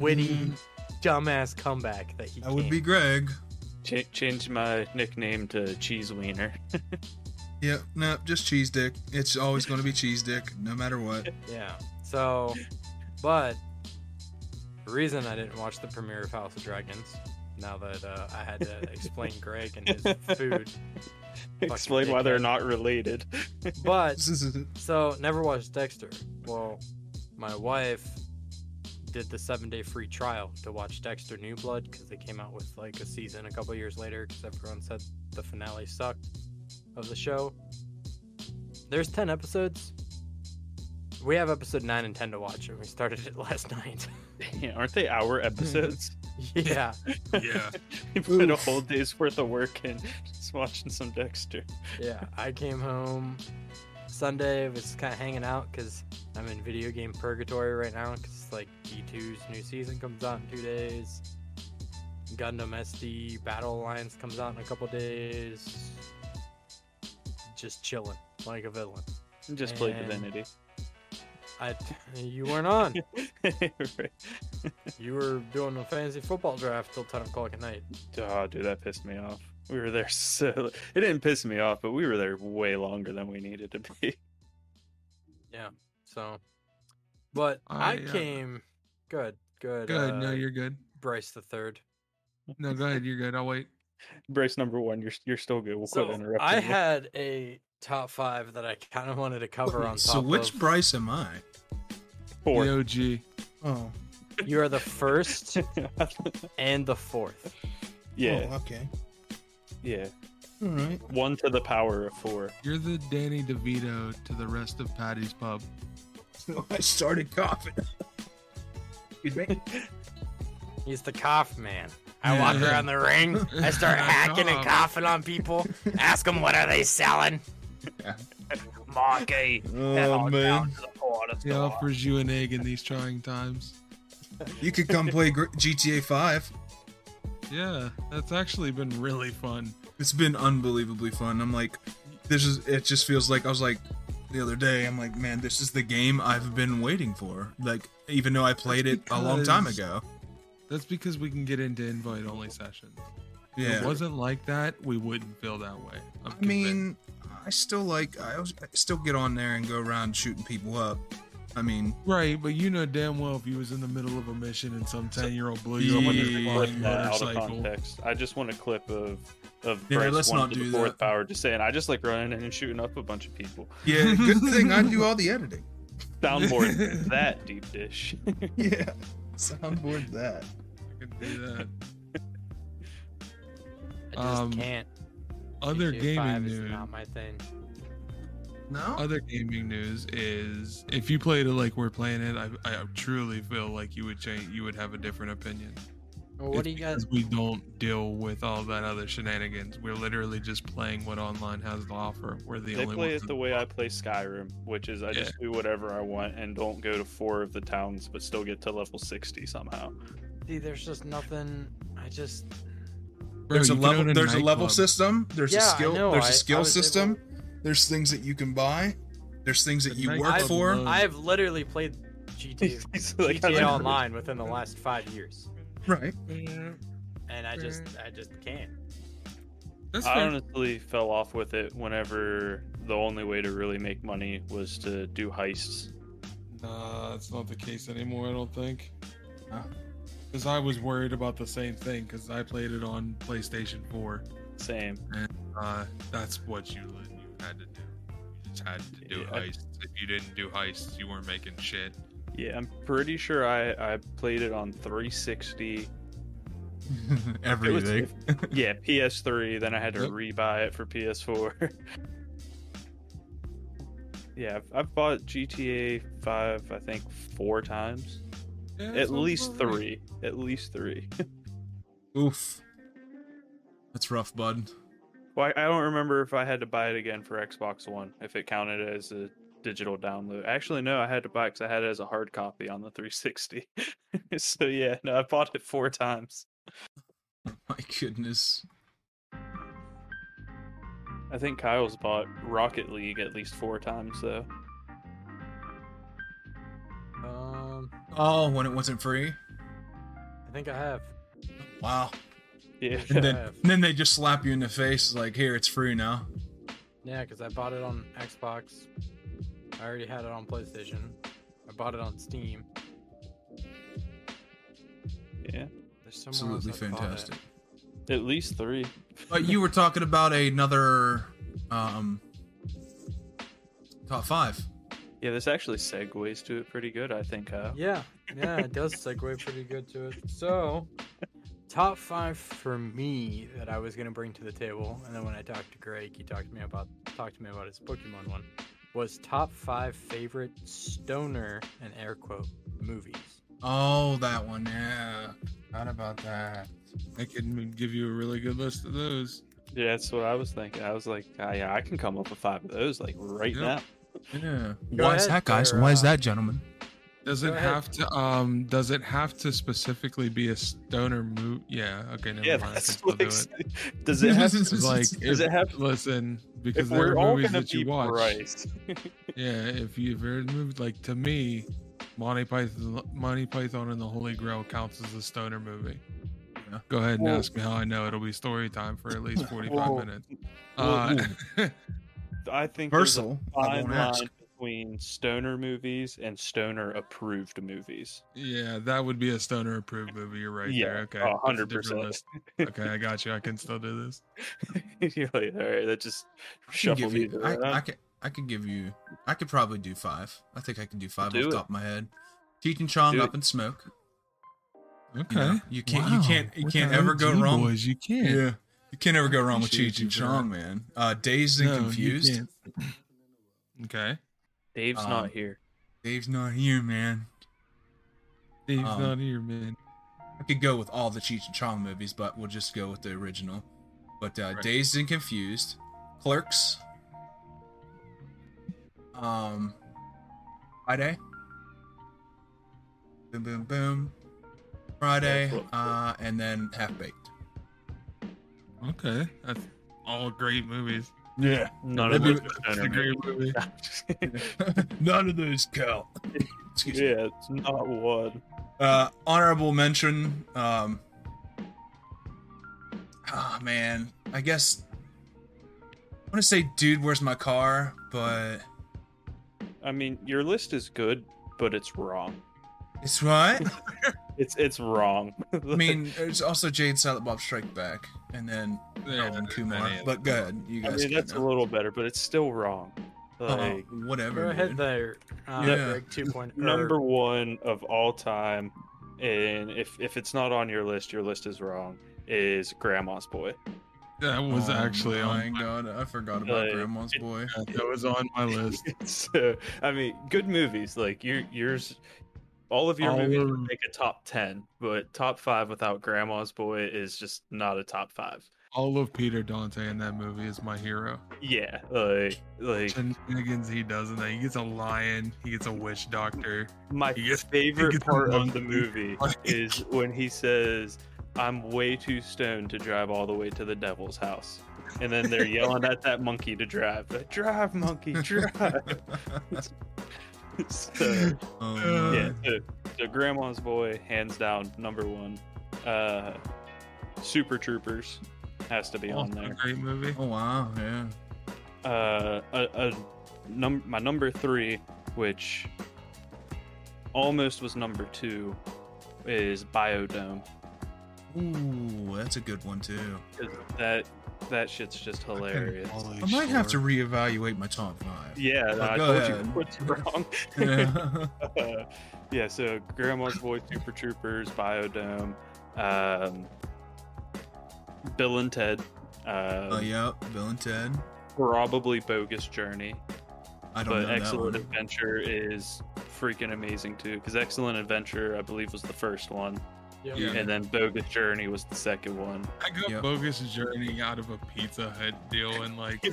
witty, dumbass comeback that he. That would can. be Greg. Ch- change my nickname to Cheese Wiener. Yep, no, just cheese dick. It's always going to be cheese dick, no matter what. Yeah. So, but the reason I didn't watch the premiere of House of Dragons, now that uh, I had to explain Greg and his food, Explain why they're dickhead. not related. but This is it. So never watched Dexter. Well, my wife did the seven day free trial to watch Dexter New Blood because they came out with like a season a couple years later because everyone said the finale sucked of the show. There's ten episodes. We have episode nine and ten to watch, and we started it last night. Aren't they hour episodes? yeah, Yeah. You put a Oof. whole day's worth of work in just watching some Dexter. yeah. I came home Sunday. Was kind of hanging out because I'm in video game purgatory right now. Because like D2's new season comes out in two days. Gundam SD Battle Alliance comes out in a couple days. Just chilling like a villain. And Just play And- Divinity. I, you weren't on. right. You were doing a fantasy football draft till ten o'clock at night. Oh, dude, that pissed me off. We were there so it didn't piss me off, but we were there way longer than we needed to be. So, but I, I, uh, came good, good. Good. uh, no, you're good. Bryce the third. No, go ahead. You're good. I'll wait. Brace number one, you're you're still good. We'll So quit interrupting. I you. had a top five that I kind of wanted to cover on top so which of. Bryce am I? four. The OG. Oh, you are the first and the fourth. yeah, oh, okay, yeah. all right. One to the power of four. You're the Danny DeVito to the rest of Patty's Pub. So I started coughing. Excuse me. He's the cough man. I Yeah. walk around the ring. I start hacking and Cough. coughing on people. Ask them what are they selling. Yeah. Monkey. Oh man, He offers you an egg in these trying times. you could come play Gr- GTA Five. Yeah, that's actually been really fun. It's been unbelievably fun. I'm like, this is. It just feels like I was like the other day. I'm like, man, this is the game I've been waiting for. Like, even though I played it a long time because- ago. That's because we can get into invite only sessions. If it Yeah. wasn't like that, we wouldn't feel that way. I'm I mean, I still like. I, was, I still get on there and go around shooting people up. I mean, right, but you know damn well if you was in the middle of a mission and some ten year old blew you up on Yeah. your Clip flying that out of motorcycle. context. I just want a clip of of Yeah, Bryce let's one not to the do that. fourth power, just saying I just like running in and shooting up a bunch of people. yeah. Good thing I do all the editing. Soundboard that deep dish. Yeah. Soundboard that. I can do that. I just Um, can't. Other GTA gaming five is news. not my thing. No. Other gaming news is if you played it like we're playing it, I, I truly feel like you would change. You would have a different opinion. Well, what It's do you guys? because we don't deal with all that other shenanigans. We're literally just playing what online has to offer. We're the they only play ones it the way I play Skyrim, which is I just do whatever I want and don't go to four of the towns, but still get to level sixty somehow. See, there's just nothing. I just. Bro, there's a you can own level. There's a level nightclub. system. There's Yeah, a I skill. know, There's I- I a skill was able- system. There's things that you can buy. There's things that The you work nightclub for. alone. I have literally played GTA, He's like, I GTA never- Online within the last five years, Right. and I just, I just can't. That's I fair. honestly fell off with it whenever the only way to really make money was to do heists. Nah, that's not the case anymore. I don't think. Huh? Because I was worried about the same thing. Because I played it on PlayStation Four. Same. Uh, that's what you let you had to do. You just had to do Yeah. heists. If you didn't do heists, you weren't making shit. Yeah, I'm pretty sure I I played it on 360. Everything. Yeah, PS3. Then I had to Yep. rebuy it for PS4. yeah, I've, I've bought GTA 5. I think four times. Yeah, At sounds least about right. three. At least three. Oof. That's rough, bud. Well, I I don't remember if I had to buy it again for Xbox One, if it counted as a digital download. Actually, no, I had to buy it because I had it as a hard copy on the 360. so, yeah, no, I bought it four times. My goodness. I think Kyle's bought Rocket League at least four times, though. Um, Oh, when it wasn't free. I think I have. Wow. Yeah. And then, Yeah. then they just slap you in the face like, here, it's free now. Yeah, because I bought it on Xbox. I already had it on PlayStation. I bought it on Steam. yeah. There's somewhere else Absolutely I bought it. fantastic. At least three. But you were talking about another um, top five. Yeah, this actually segues to it pretty good, I think, Kyle. Yeah, yeah, it does segue pretty good to it. So, top five for me that I was gonna bring to the table, and then when I talked to Greg, he talked to me about talked to me about his Pokemon one, was top five favorite stoner and air quote movies. Oh, that one. Yeah. Not about that. I can give you a really good list of those. Yeah, that's what I was thinking. I was like, ah, yeah, I can come up with five of those, like, right Yep. now. Yeah. Go Why is ahead, uh, that, guys? Sarah. Why is that, gentlemen? Does Go it ahead. have to? Um, does it have to specifically be a stoner move? Yeah. Okay. Never Yeah, mind. I that's can still like, do it. does it have It's like, if- Does it have- Listen, if because there we're are all movies gonna that be you watch. priced? Yeah, if you've heard movies like to me, Monty Python, Monty Python and the Holy Grail counts as a stoner movie. Yeah. Go ahead and Well- ask me how I know. It'll be story time for at least forty-five Well, minutes. well, Uh, I think there's a Versal. I fine won't ask. line between stoner movies and stoner approved movies. yeah, that would be a stoner approved movie. You're right Yeah, there. Okay, oh, that's a different 100%. list. Okay, I got you. I can still do this. You're like, all right, that just I can shuffle give me. you. I, I could. I could give you. I could probably do five. I think I can do five Do off it. the top of my head. Cheech and Chong Do up it. in smoke. Okay, You, know, you can't. You can't. You can't ever go wrong. Boys, you can't. Yeah, you can't ever go wrong with Appreciate Cheech you and for Chong, man. Uh, Dazed and No, you confused. can't. Okay. Dave's Um, not here. Dave's not here, man. Dave's Um, not here, man. I could go with all the Cheech and Chong movies, but we'll just go with the original. But uh, Right. Dazed and Confused, Clerks, um, Friday, Boom Boom Boom, Friday, Excellent. uh, and then Half Baked. Okay, that's all great movies. Yeah, None of of maybe- those those That's a great movie. none of those count. Excuse me. Yeah, it's not one. Uh, honorable mention. Um, ah, man. I guess I want to say, dude, where's my car? But I mean, your list is good, but it's wrong. it's what? It's it's wrong. I mean, there's also Jade Silent Bob Strike Back, and then Yeah, Alvin that Kumar. is. But go ahead, you I guys. mean go that's a now. little better, but it's still wrong. Uh-huh. Uh, Like Go whatever. ahead dude. there, uh, Yeah. Greg 2.0. number one of all time, and if if it's not on your list, your list is wrong. Is Grandma's Boy? That was Oh actually my on. god, I forgot about Uh, Grandma's boy. um, That was on my list. so I mean, good movies like your yours, all of your All movies of- would make a top ten, but top five without Grandma's Boy is just not a top five. All of Peter Dante in that movie is my hero. Yeah, like like Shenanigans he does in that. He gets a lion. He gets a witch doctor. my He gets favorite gets a part of monkey. the movie Like- is when he says, "I'm way too stoned to drive all the way to the devil's house," and then they're yelling at that monkey to drive. Like, drive, monkey, drive. Um, so, Uh, Oh, my- yeah, so, so Grandma's Boy, hands down, number one. Uh, Super Troopers has to be on also a there. great movie. oh wow, yeah. Uh, a, a num- my number three, which almost was number two, is Biodome. Ooh, that's a good one too. 'Cause that that shit's just hilarious. Holy I might have to short. reevaluate my top five. Yeah, I Oh, go told you ahead. what's wrong. Yeah. Uh, yeah, so Grandma's Boy, Super Troopers, Biodome, um, Bill and Ted, uh, oh, yep. Bill and Ted. probably Bogus Journey, I don't but know that Excellent one. Adventure is freaking amazing too. Because Excellent Adventure, I believe, was the first one, Yeah. Yeah. and then Bogus Journey was the second one. I got Yep. bogus journey out of a Pizza Hut deal in like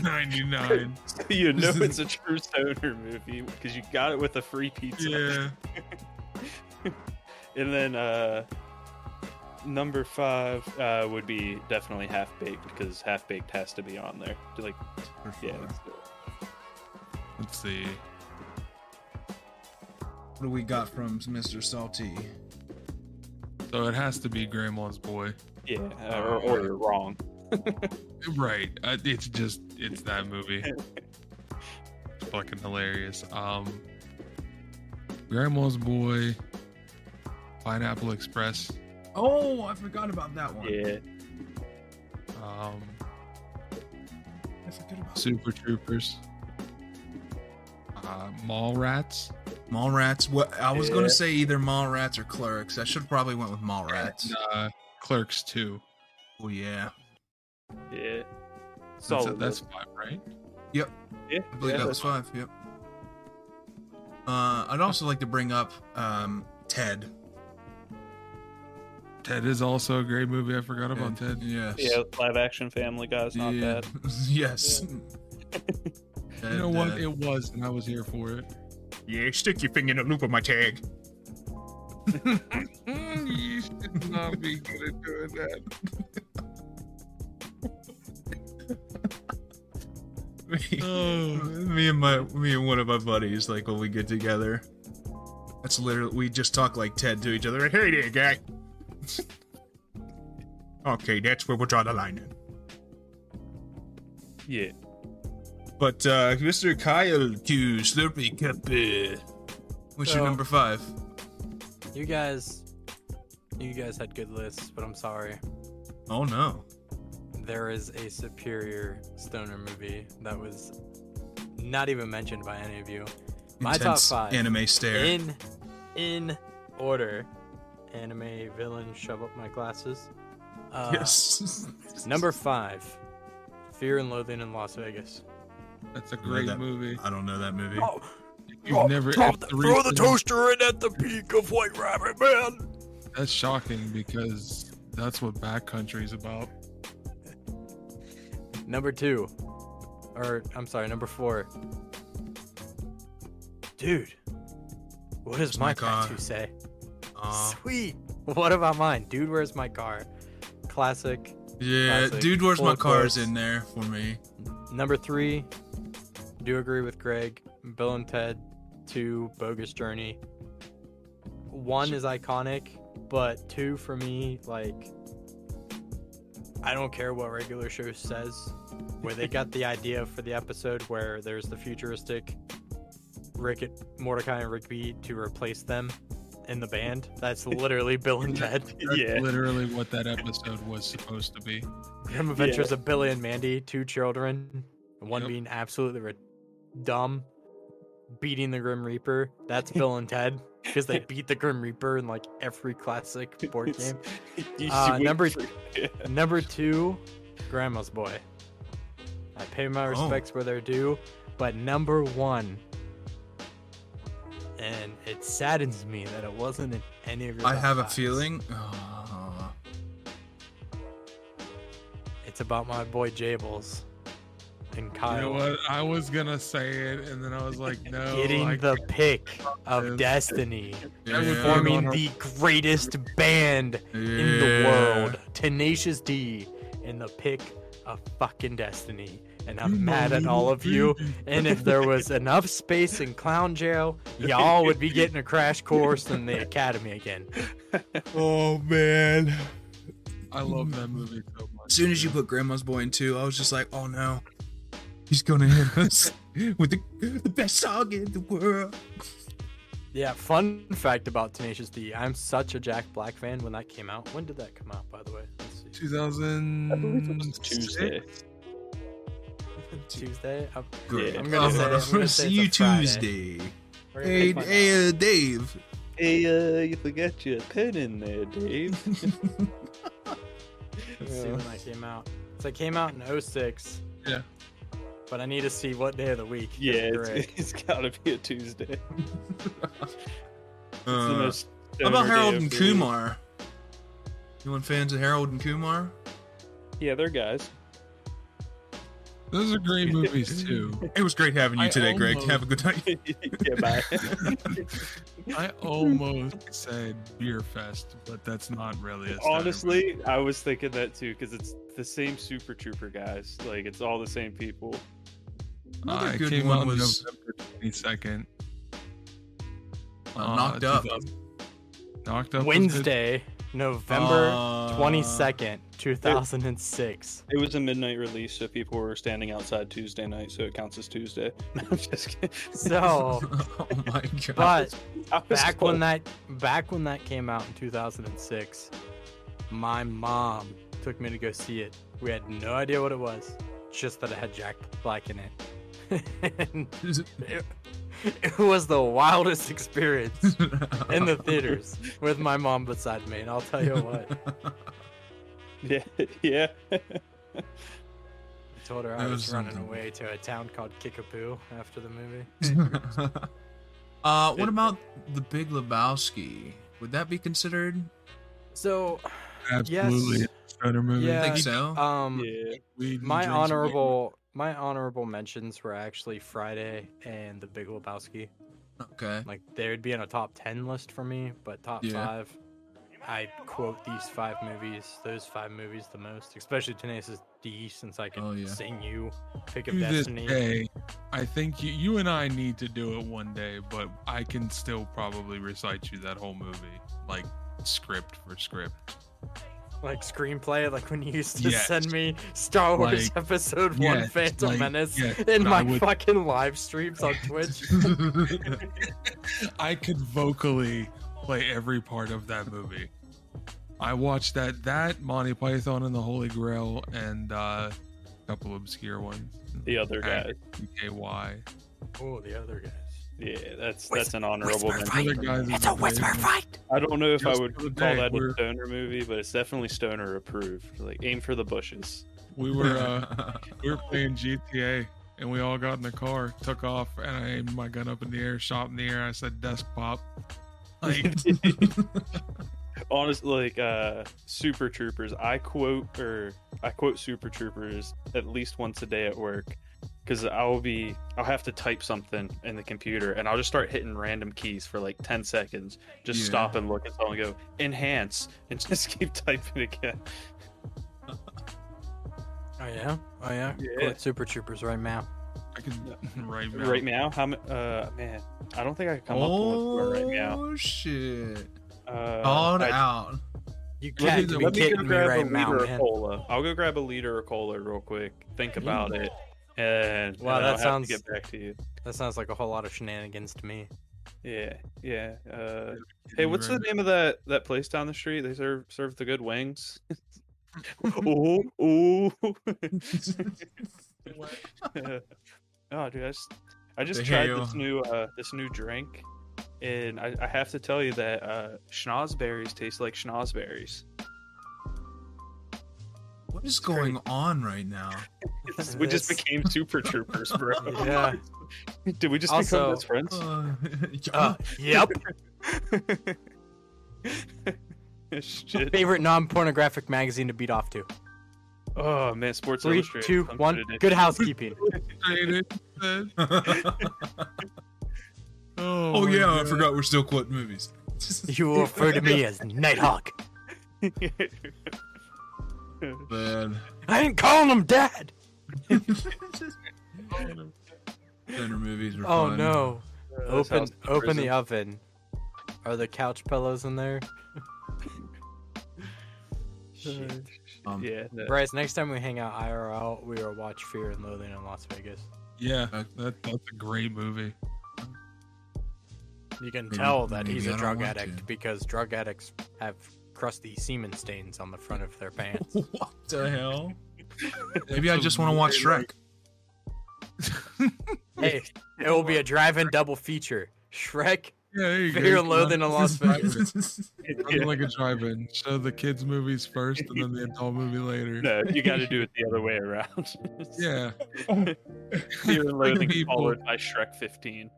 '99. you know it's a true stoner movie because you got it with a free pizza. yeah, And then uh, number five uh, would be definitely half baked because half baked has to be on there. To, Like, for yeah, sure. it's- let's see. What do we got from Mr. Salty? So it has to be Grandma's Boy, yeah, uh, or, or you're wrong. right? Uh, It's just it's that movie. It's fucking hilarious. Um, Grandma's Boy, Pineapple Express. Oh, I forgot about that one. Yeah, Um, I forgot about Super Troopers, uh, Mall Rats. Mallrats. What I was Yeah. gonna say either Mallrats or Clerks. I should probably went with Mallrats. Uh, Clerks 2. Oh yeah, yeah. That's, Solid. that's five, right? yeah, I believe yeah. that was five. Yep. Uh, I'd also like to bring up um, Ted. Ted is also a great movie. I forgot about Ted. Yes. Yeah, live action Family Guy's not Yeah. bad. yes. Ted, You know what? uh, It was, and I was here for it. yeah, stick your finger in the loop of my tag. you should not be good at doing that. Oh, me and my me and one of my buddies like when we get together that's literally we just talk like ted to each other like, hey there guy okay that's where we'll draw the line in Yeah. but uh mr kyle q slurpy cup what's So- your number five You guys, you guys had good lists, but I'm sorry. oh no There is a superior stoner movie that was not even mentioned by any of you. My top Intense five. anime stare In, in order, anime villain. Shove up my glasses. Uh, yes Number five, Fear and Loathing in Las Vegas. that's a great that- movie. i don't know that movie Oh. You've never it's reason- in at the peak of White Rabbit, man. That's shocking because that's what backcountry is about. Number two, or I'm sorry, number four. Dude, what does Where's my my car? tattoo say? uh, Sweet. What about mine? Dude, where's my car? Classic. yeah Classic. dude where's my Full cars course. in there for me Number three, do agree with Greg. Bill and Ted, two, Bogus Journey. One is iconic, but two for me, like, I don't care what regular show says. Where they got the idea for the episode where there's the futuristic Rick, Mordecai, and Rigby to replace them in the band. That's literally Bill and Ted. That's Yeah. literally what that episode was supposed to be. Grim Adventures of Billy and Mandy, two children, one Yep. being absolutely re- dumb, beating the Grim Reaper. That's Bill and Ted because they beat the Grim Reaper in like every classic board It's- game. You Uh, should wait number- for- Number two, Grandma's Boy. I pay my Oh. respects where they're due, but number one, and it saddens me that it wasn't in any of your. i top have a fives. feeling uh, it's about my boy Jables and Kyle. You know what? I was gonna say it, and then I was like, no. getting I the pick this. of destiny, That would yeah. be forming on our- the greatest band in the world, Tenacious D, in the pick of fucking destiny. And I'm mad at all of you. And if there was enough space in clown jail, y'all would be getting a crash course in the academy again. Oh man. I love that movie so much. As soon as you put Grandma's Boy in two, I was just like, oh no. He's gonna hit us with the, the best song in the world. Yeah, fun fact about Tenacious D. I'm such a Jack Black fan when that came out. When did that come out, by the way? Let's see. 2000. I believe it was Tuesday. Tuesday? I'm, Good. I'm gonna say- I'm gonna say see it's you a Friday. Tuesday. we're gonna Hey, pick one out. hey, uh, Dave. Hey, uh, you forgot your pen in there, Dave. Let's see when that came out. So it came out in 06. Yeah. But I need to see what day of the week. 'cause yeah, it's, Greg- it's gotta be a Tuesday. It's Uh, the most How about stoner day Harold of and the week. Kumar? You want fans of Harold and Kumar? Yeah, they're guys. Those are great movies too. It was great having you I today, Greg. almost- Have a good night. yeah, bye. I almost said Beer Fest, but that's not really. A Honestly, I was thinking that too because it's the same Super Trooper guys. Like it's all the same people. uh, Another it good came one out was- November 22nd. Oh, Uh, Knocked Up. 2000 Knocked up. was good. Wednesday, November Uh, 22nd, 2006. It was a midnight release, so people were standing outside Tuesday night, so it counts as Tuesday. I'm just kidding. So, oh my god. but I was back when close. that back when that came out in 2006 my mom took me to go see it we had no idea what it was just that it had jack black in it and it, it was the wildest experience in the theaters with my mom beside me and i'll tell you what Yeah, yeah. i told her i That was, was running something. away to a town called kickapoo after the movie uh, what about the Big Lebowski? Would that be considered? so Absolutely. yes a Better movie. I Yeah. think so. um yeah. Weed and my drinks and honorable my honorable mentions were actually Friday and the Big Lebowski. uh, okay. Like they would be in a top ten list for me, but top Yeah. five, I quote these five movies, those five movies the most, especially Tenacious D, since I can Oh, yeah. sing you, pick To of this destiny. day, I think you, you and I need to do it one day, but I can still probably recite you that whole movie, like script for script. Like screenplay, like when you used to Yes. send me Star Wars Like, Episode One: yes, Phantom like, Menace yes, in I my would- fucking live streams on Twitch. I could vocally play every part of that movie. I watched that that Monty Python and the Holy Grail and uh, a couple obscure ones. The other guy. PKY. oh, the other guys. Yeah, that's that's an honorable The mention. other guys is a whisper fight. I don't know if I Just would the other call day, that we're- a stoner movie, but it's definitely stoner approved. Like aim for the bushes. We were uh, we were playing GTA and we all got in the car, took off, and I aimed my gun up in the air, shot in the air. I said, "Desk pop." Like, Honestly, like uh Super Troopers, I quote or I quote Super Troopers at least once a day at work because I'll be I'll have to type something in the computer and I'll just start hitting random keys for like ten seconds. Just Yeah. stop and look at something and go enhance and just keep typing again. Oh yeah, oh yeah. Yeah. Quote Super Troopers right now. I could right now. Right now, how m- uh man, I don't think I can come oh up with one right now. shit! Uh, Called I- out. You Look can't at be the- let me go kidding me right now, liter of man. cola. I'll go grab a liter of cola real quick. Think about it, Wow, and and that I'll have sounds- to get back to you. That sounds like a whole lot of shenanigans to me. Yeah, yeah. Uh, hey, what's the name of that that place down the street? They serve serve the good wings. ooh, ooh. oh, dude, I just, I just The tried hell? this new uh this new drink, and I, I have to tell you that uh schnozberries taste like schnozberries. What is going on right now? we just This- became super troopers, bro. Yeah. Did we just Also- become best friends? Uh, Uh, Ah. yep. Shit. Favorite non-pornographic magazine to beat off to. Oh man, Sports Three, Illustrated. two, I'm one. good at it. Good housekeeping. oh, oh my yeah, I God. forgot we're still quoting movies. You will refer to me as Nighthawk. Man, I ain't calling him dad. Thunder movies are Oh fun. no! That's Open, house to open prison. the oven. Are the couch pillows in there? Shit. Um, Yeah. no. Bryce, next time we hang out IRL, we will watch Fear and Loathing in Las Vegas. Yeah, Uh, that, that's a great movie. You can Maybe- tell that maybe he's a I don't drug want addict to. because drug addicts have crusty semen stains on the front of their pants. what the hell? Maybe I just want to watch Shrek. hey, it will be a drive-in double feature. Shrek, Yeah, there you go. Fear and Loathing in Las Vegas. Something like a drive-in. Show the kids movies first, and then the adult movie later. No, you got to do it the other way around. Yeah, Fear and Loathing People. followed by Shrek 15.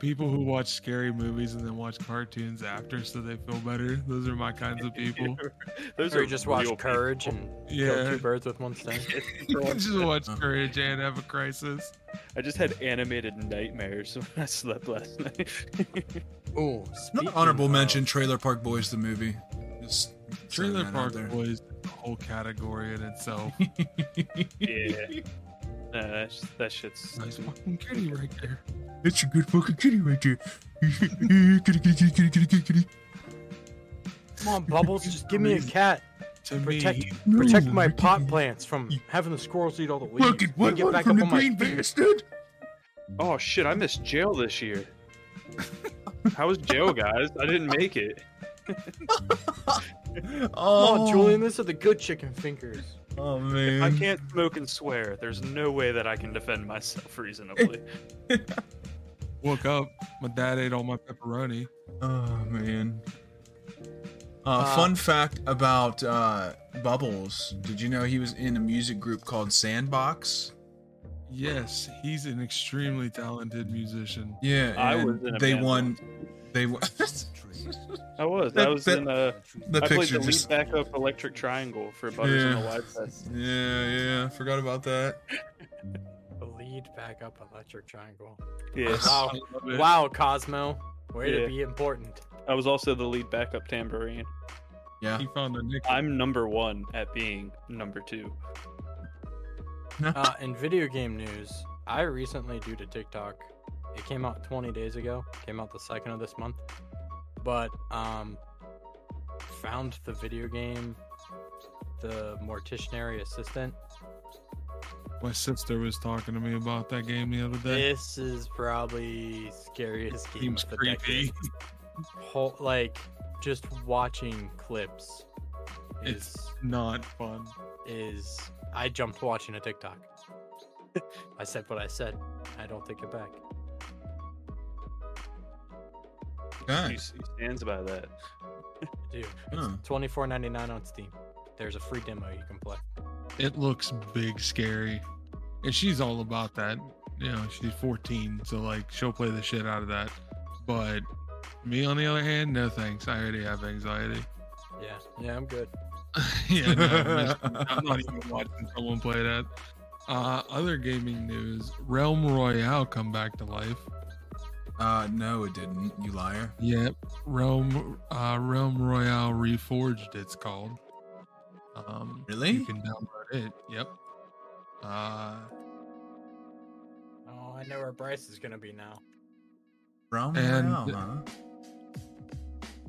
people who watch scary movies and then watch cartoons after, so they feel better. Those are my kinds of people. Those or are you just watch real Courage people. and kill Yeah, two birds with one stone. just watch Courage and have a crisis. I just had animated nightmares when I slept last night. Ooh, Not speaking honorable of- mention Trailer Park Boys the movie. Just Trailer throwing that out Park there. Boys, a whole category in itself. yeah. No, that's, that shit's. nice fucking kitty right there. That's a good fucking kitty right there. Kitty, kitty, kitty, kitty, kitty, kitty. Come on, Bubbles, just give me a Amazing. cat. To Protect- me, No, Protect my look at pot you. plants from having the squirrels eat all the leaves. Look at what Get one back from up the on my green feet. bastard. Oh shit! I missed jail this year. How was jail, guys? I didn't make it. Oh, Come Oh. on, Julian, these are the good chicken fingers. Oh man. I can't smoke and swear. There's no way that I can defend myself reasonably. woke up. My dad ate all my pepperoni. Oh man. Uh, Uh, fun fact about uh, Bubbles. Did you know he was in a music group called Sandbox? Yes, he's an extremely talented musician. Yeah, I and was in a they band won. They won. I was. That- I was that- in a. the I played picture the lead just. backup electric triangle for Butters and Yeah. the Live Fest. Yeah, yeah. Forgot about that. The lead back up electric triangle. Yeah, Wow, I love it. wow, Cosmo, way Yeah. to be important. I was also the lead backup tambourine. Yeah. He found a nickel. I'm number one at being number two. Uh, in video game news, I recently, due to TikTok, it came out 20 days ago, came out the second of this month, but um, found the video game, the Morticianary Assistant. My sister was talking to me about that game the other day. This is probably scariest game Seems of the creepy. decade. Whole, like just watching clips is It's not fun. is I jumped watching a TikTok. I said what I said. I don't take it back. He, Okay. he stands by that. Dude, it's Huh. twenty four ninety nine on Steam. There's a free demo you can play. It looks big scary. And she's all about that. You know, she's 14, so like she'll play the shit out of that. But me on the other hand, no thanks. I already have anxiety. Yeah, yeah, I'm good. yeah, no, I'm just- I'm not even watching someone play that. Uh, other gaming news: Realm Royale come back to life. Uh, no, it didn't. You liar. Yep, Realm uh, Realm Royale Reforged. It's called. Um, Really? You can download it. Yep. Uh, Oh, I know where Bryce is gonna be now. Realm And- Royale, huh?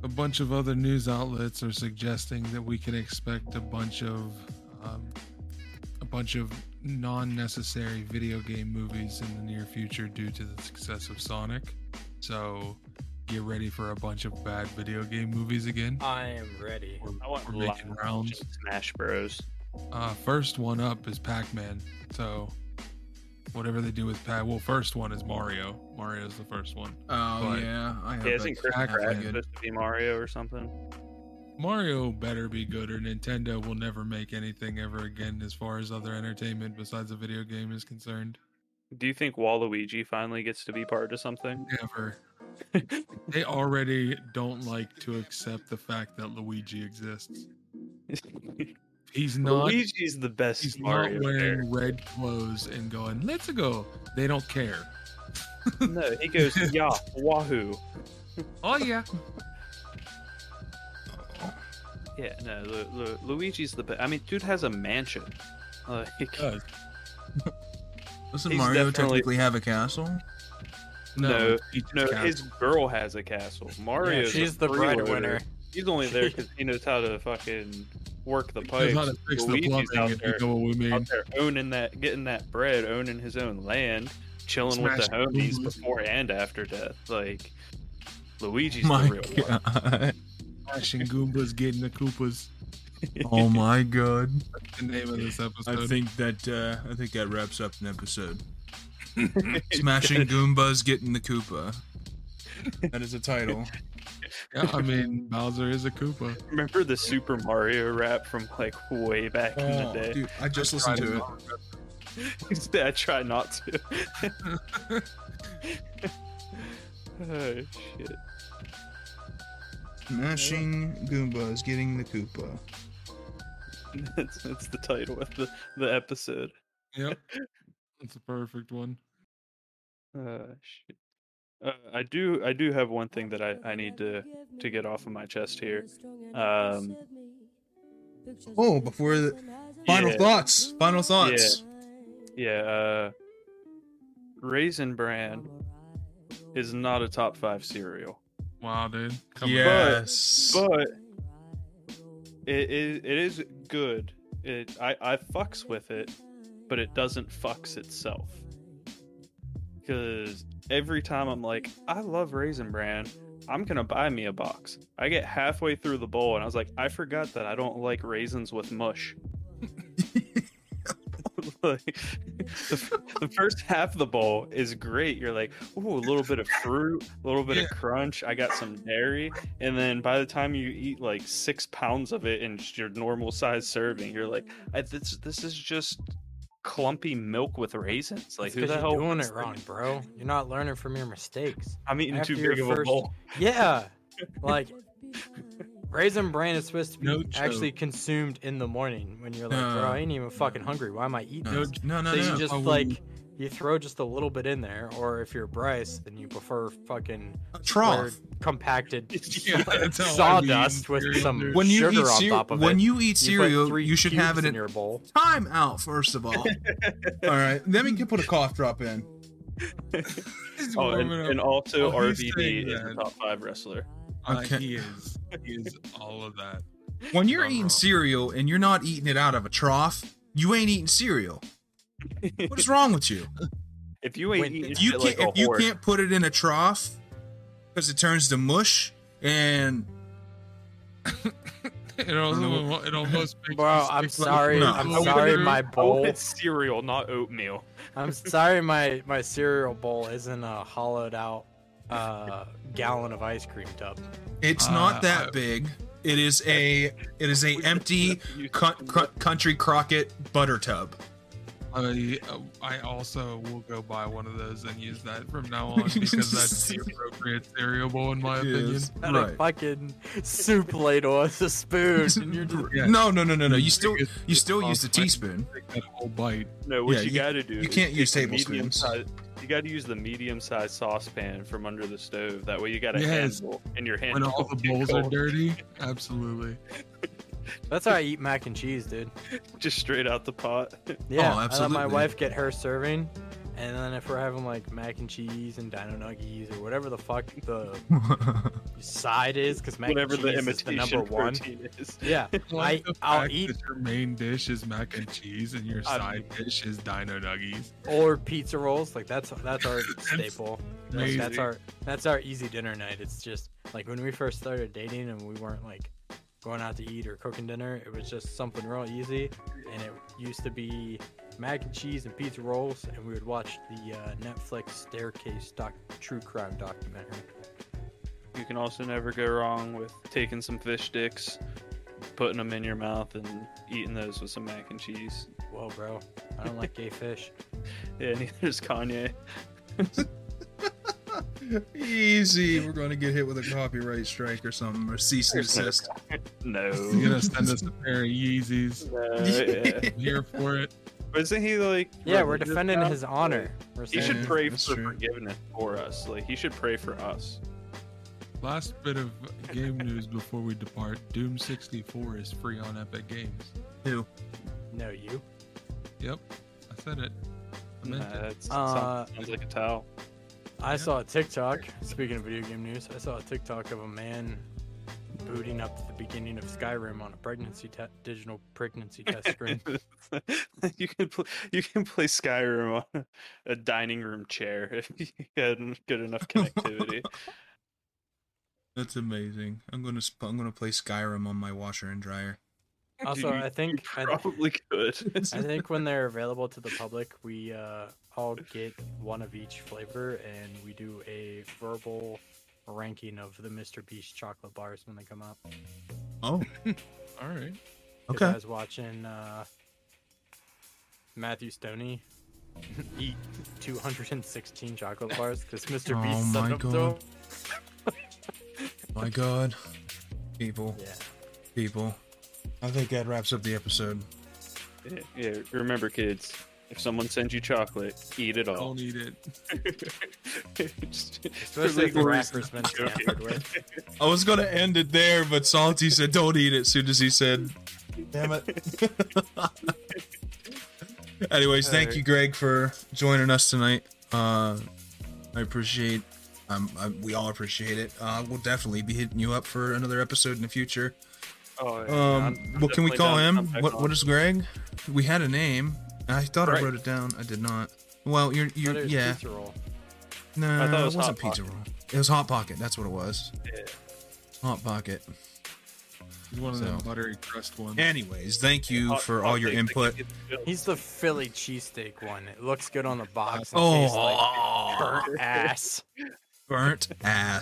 a bunch of other news outlets are suggesting that we can expect a bunch of um, a bunch of non-necessary video game movies in the near future due to the success of Sonic. So get ready for a bunch of bad video game movies again. I am ready. We're, I want we're live making rounds. action Smash Bros. Uh, first one up is Pac-Man. So whatever they do with Pac, well, first one is Mario. Mario's the first one. Oh But- yeah, I hope Yeah, isn't that's Chris Pac-Man Pratt good. supposed to be Mario or something? Mario better be good, or Nintendo will never make anything ever again as far as other entertainment besides a video game is concerned. Do you think Waluigi finally gets to be part of something? Ever. they already don't like to accept the fact that Luigi exists. He's not. Luigi's the best he's Mario. not character. wearing red clothes and going, "Let's go." They don't care. No, he goes, yeah, wahoo. Oh yeah. Yeah, no, Lu- Lu- Luigi's the best. I mean, dude has a mansion. Like, does. Doesn't He's Mario definitely- technically have a castle? No. No, it's Peach's no, castle. his girl has a castle. Mario, Yeah, she's the breadwinner. He's only there because he knows how to fucking work the Knows pipes. how to fix the Luigi's out plumbing if there, you know what we mean. out there owning that, getting that bread, owning his own land, chilling with the Smash homies Bros. before and after death. Like, Luigi's my the real one. god. Ash and Goombas getting the Koopas. Oh my god. That's the name of this episode. I think that uh, I think that wraps up an episode. Smashing Goombas getting the Koopa. That is a title. Yeah, I mean, Bowser is a Koopa. Remember the Super Mario rap from like way back in the day? dude, I just listened Tried to it. I try not to. oh shit. Smashing Goombas getting the Koopa. That's, that's the title of the, the episode. Yep. That's a perfect one. Uh, shit. Uh, I do I do have one thing that I, I need to to get off of my chest here. Um, Oh, before the final Yeah. thoughts. Final thoughts. yeah, uh, Raisin Bran is not a top five cereal, Wow, dude. Come on. Yes. but it is it is good. It I I fucks with it, but it doesn't fucks itself. Because every time I'm like, I love Raisin Bran. I'm gonna buy me a box. I get halfway through the bowl and I was like, I forgot that I don't like raisins with mush. like, the, f- the first half of the bowl is great. You're like, ooh, a little bit of fruit, a little bit of crunch. I got some dairy, and then by the time you eat like six pounds of it in just your normal size serving, you're like, I, this this is just clumpy milk with raisins. Like, It's who 'cause the hell you're doing eats it that? wrong, bro. You're not learning from your mistakes. I'm eating After too your big of a first- bowl. Yeah, like raisin bran is supposed to be No actually consumed in the morning when you're like, bro, I ain't even fucking hungry. Why am I eating Uh, no, this? no, no, So no. you just I like you throw just a little bit in there, or if you're Bryce, then you prefer fucking A trough. weird compacted Yeah, that's how I be sawdust eating with cereal, some dude. when you sugar eat on cere- top of when it. you eat put cereal, you, three should have it cubes in, in your bowl. time out first of all. all right, then we can put a cough drop in. He's Oh, and, warming and up. also Oh, he's saying RVD is a that. top five wrestler. Uh, Okay. he is. He is all of that. When you're I'm eating wrong. cereal and you're not eating it out of a trough, you ain't eating cereal. What is wrong with you? If you ain't When- eating if you shit can't like a if you whore, can't put it in a trough because it turns to mush and It, also, it almost makes Bro, you I'm sick, like, sorry. No. I I'm would sorry. never- My I bowl. wanted cereal, not oatmeal. I'm sorry. My my cereal bowl isn't a hollowed out uh, gallon of ice cream tub. it's Uh, not that I- big. It is a it is a empty You- cu- cu- country crockett butter tub. I, I also will go buy one of those and use that from now on because that's the appropriate cereal bowl in my opinion. Yes, And a fucking soup ladle as a spoon, and you're just Yeah. No, no, no, no, no. You still Biggest- you still use the Like, teaspoon. Take that whole bite. no, what Yeah, you, you- gotta do. you is can't take use the tablespoons. medium-sized- You gotta use the medium-sized saucepan from under the stove. That way, you got a Yes. handful, and your hand. When all the won't get bowls are cold. dirty, absolutely. That's how I eat mac and cheese, dude. just straight out the pot. Yeah, I let absolutely. my wife get her serving, and then if we're having like mac and cheese and dino nuggies or whatever the fuck the side is, because mac Whatever and the cheese is the imitation number one. protein is. Yeah, I like the I'll fact eat that your main dish is mac and cheese and your I side dish is dino nuggies. or pizza rolls. Like that's that's our staple. Like, that's amazing. our that's our easy dinner night. It's just like when we first started dating and we weren't like going out to eat or cooking dinner. It was just something real easy, and it used to be mac and cheese and pizza rolls, and we would watch the uh, Netflix Staircase doc- true crime documentary. You can also never go wrong with taking some fish sticks, putting them in your mouth, and eating those with some mac and cheese. Whoa, bro! I don't like gay fish. Yeah, neither is Kanye. Easy. We're gonna get hit with a copyright strike or something, or cease and There's no desist. No. You're gonna send us a pair of Yeezys. No, Oh, yeah. I'm here for it. But Isn't he like? Yeah, we're religious defending now? his honor. We're He saying should Yeah, pray that's for true. forgiveness for us. Like he should pray for us. Last bit of game news before we depart. Doom 64 is free on Epic Games. Ew. no you. Yep, I said it. I Nah, meant it. that's, Uh, sounds, sounds like a towel. I saw a TikTok. Speaking of video game news, I saw a TikTok of a man booting up to the beginning of Skyrim on a pregnancy te- digital pregnancy test screen. you can play, you can play Skyrim on a, a dining room chair if you had good enough connectivity. That's amazing. I'm gonna sp- I'm gonna play Skyrim on my washer and dryer. Dude, Also, you- I You think I, probably could. I think when they're available to the public, we uh, all get one of each flavor, and we do a verbal ranking of the Mr. Beast chocolate bars when they come out. Oh, All right. Because I okay. was watching uh, Matthew Stoney eat 216 chocolate bars because Mr. Oh Beast sent my them to him. God. My God, people, Yeah. people. I think that wraps up the episode. yeah, yeah, remember, kids, if someone sends you chocolate, eat it all. Oh, Don't eat it. Just- for Especially if the legal reasons. wrapper's been tampered with. I was gonna end it there, but Salty said, "Don't eat it." As soon as he said, "Damn it." Anyways, thank you, Greg, for joining us tonight. Uh, I appreciate. Um, I, we all appreciate it. Uh, we'll definitely be hitting you up for another episode in the future. Oh, yeah, Um, I'm- I'm what can we definitely call down to him? come back What on. What is Greg? We had a name. I thought I Greg. wrote it down. I did not. Well, you're But you're it was yeah. pizza roll. No, I thought it it, was wasn't Hot pizza roll. It was hot pocket. That's what it was. Yeah. Hot pocket. It's one of them So. buttery crust ones. Anyways, thank you Hot- for hot all your takes, I input. can get the He's the Philly cheesesteak one. It looks good on the box. And Oh, tastes like burnt ass. burnt ass.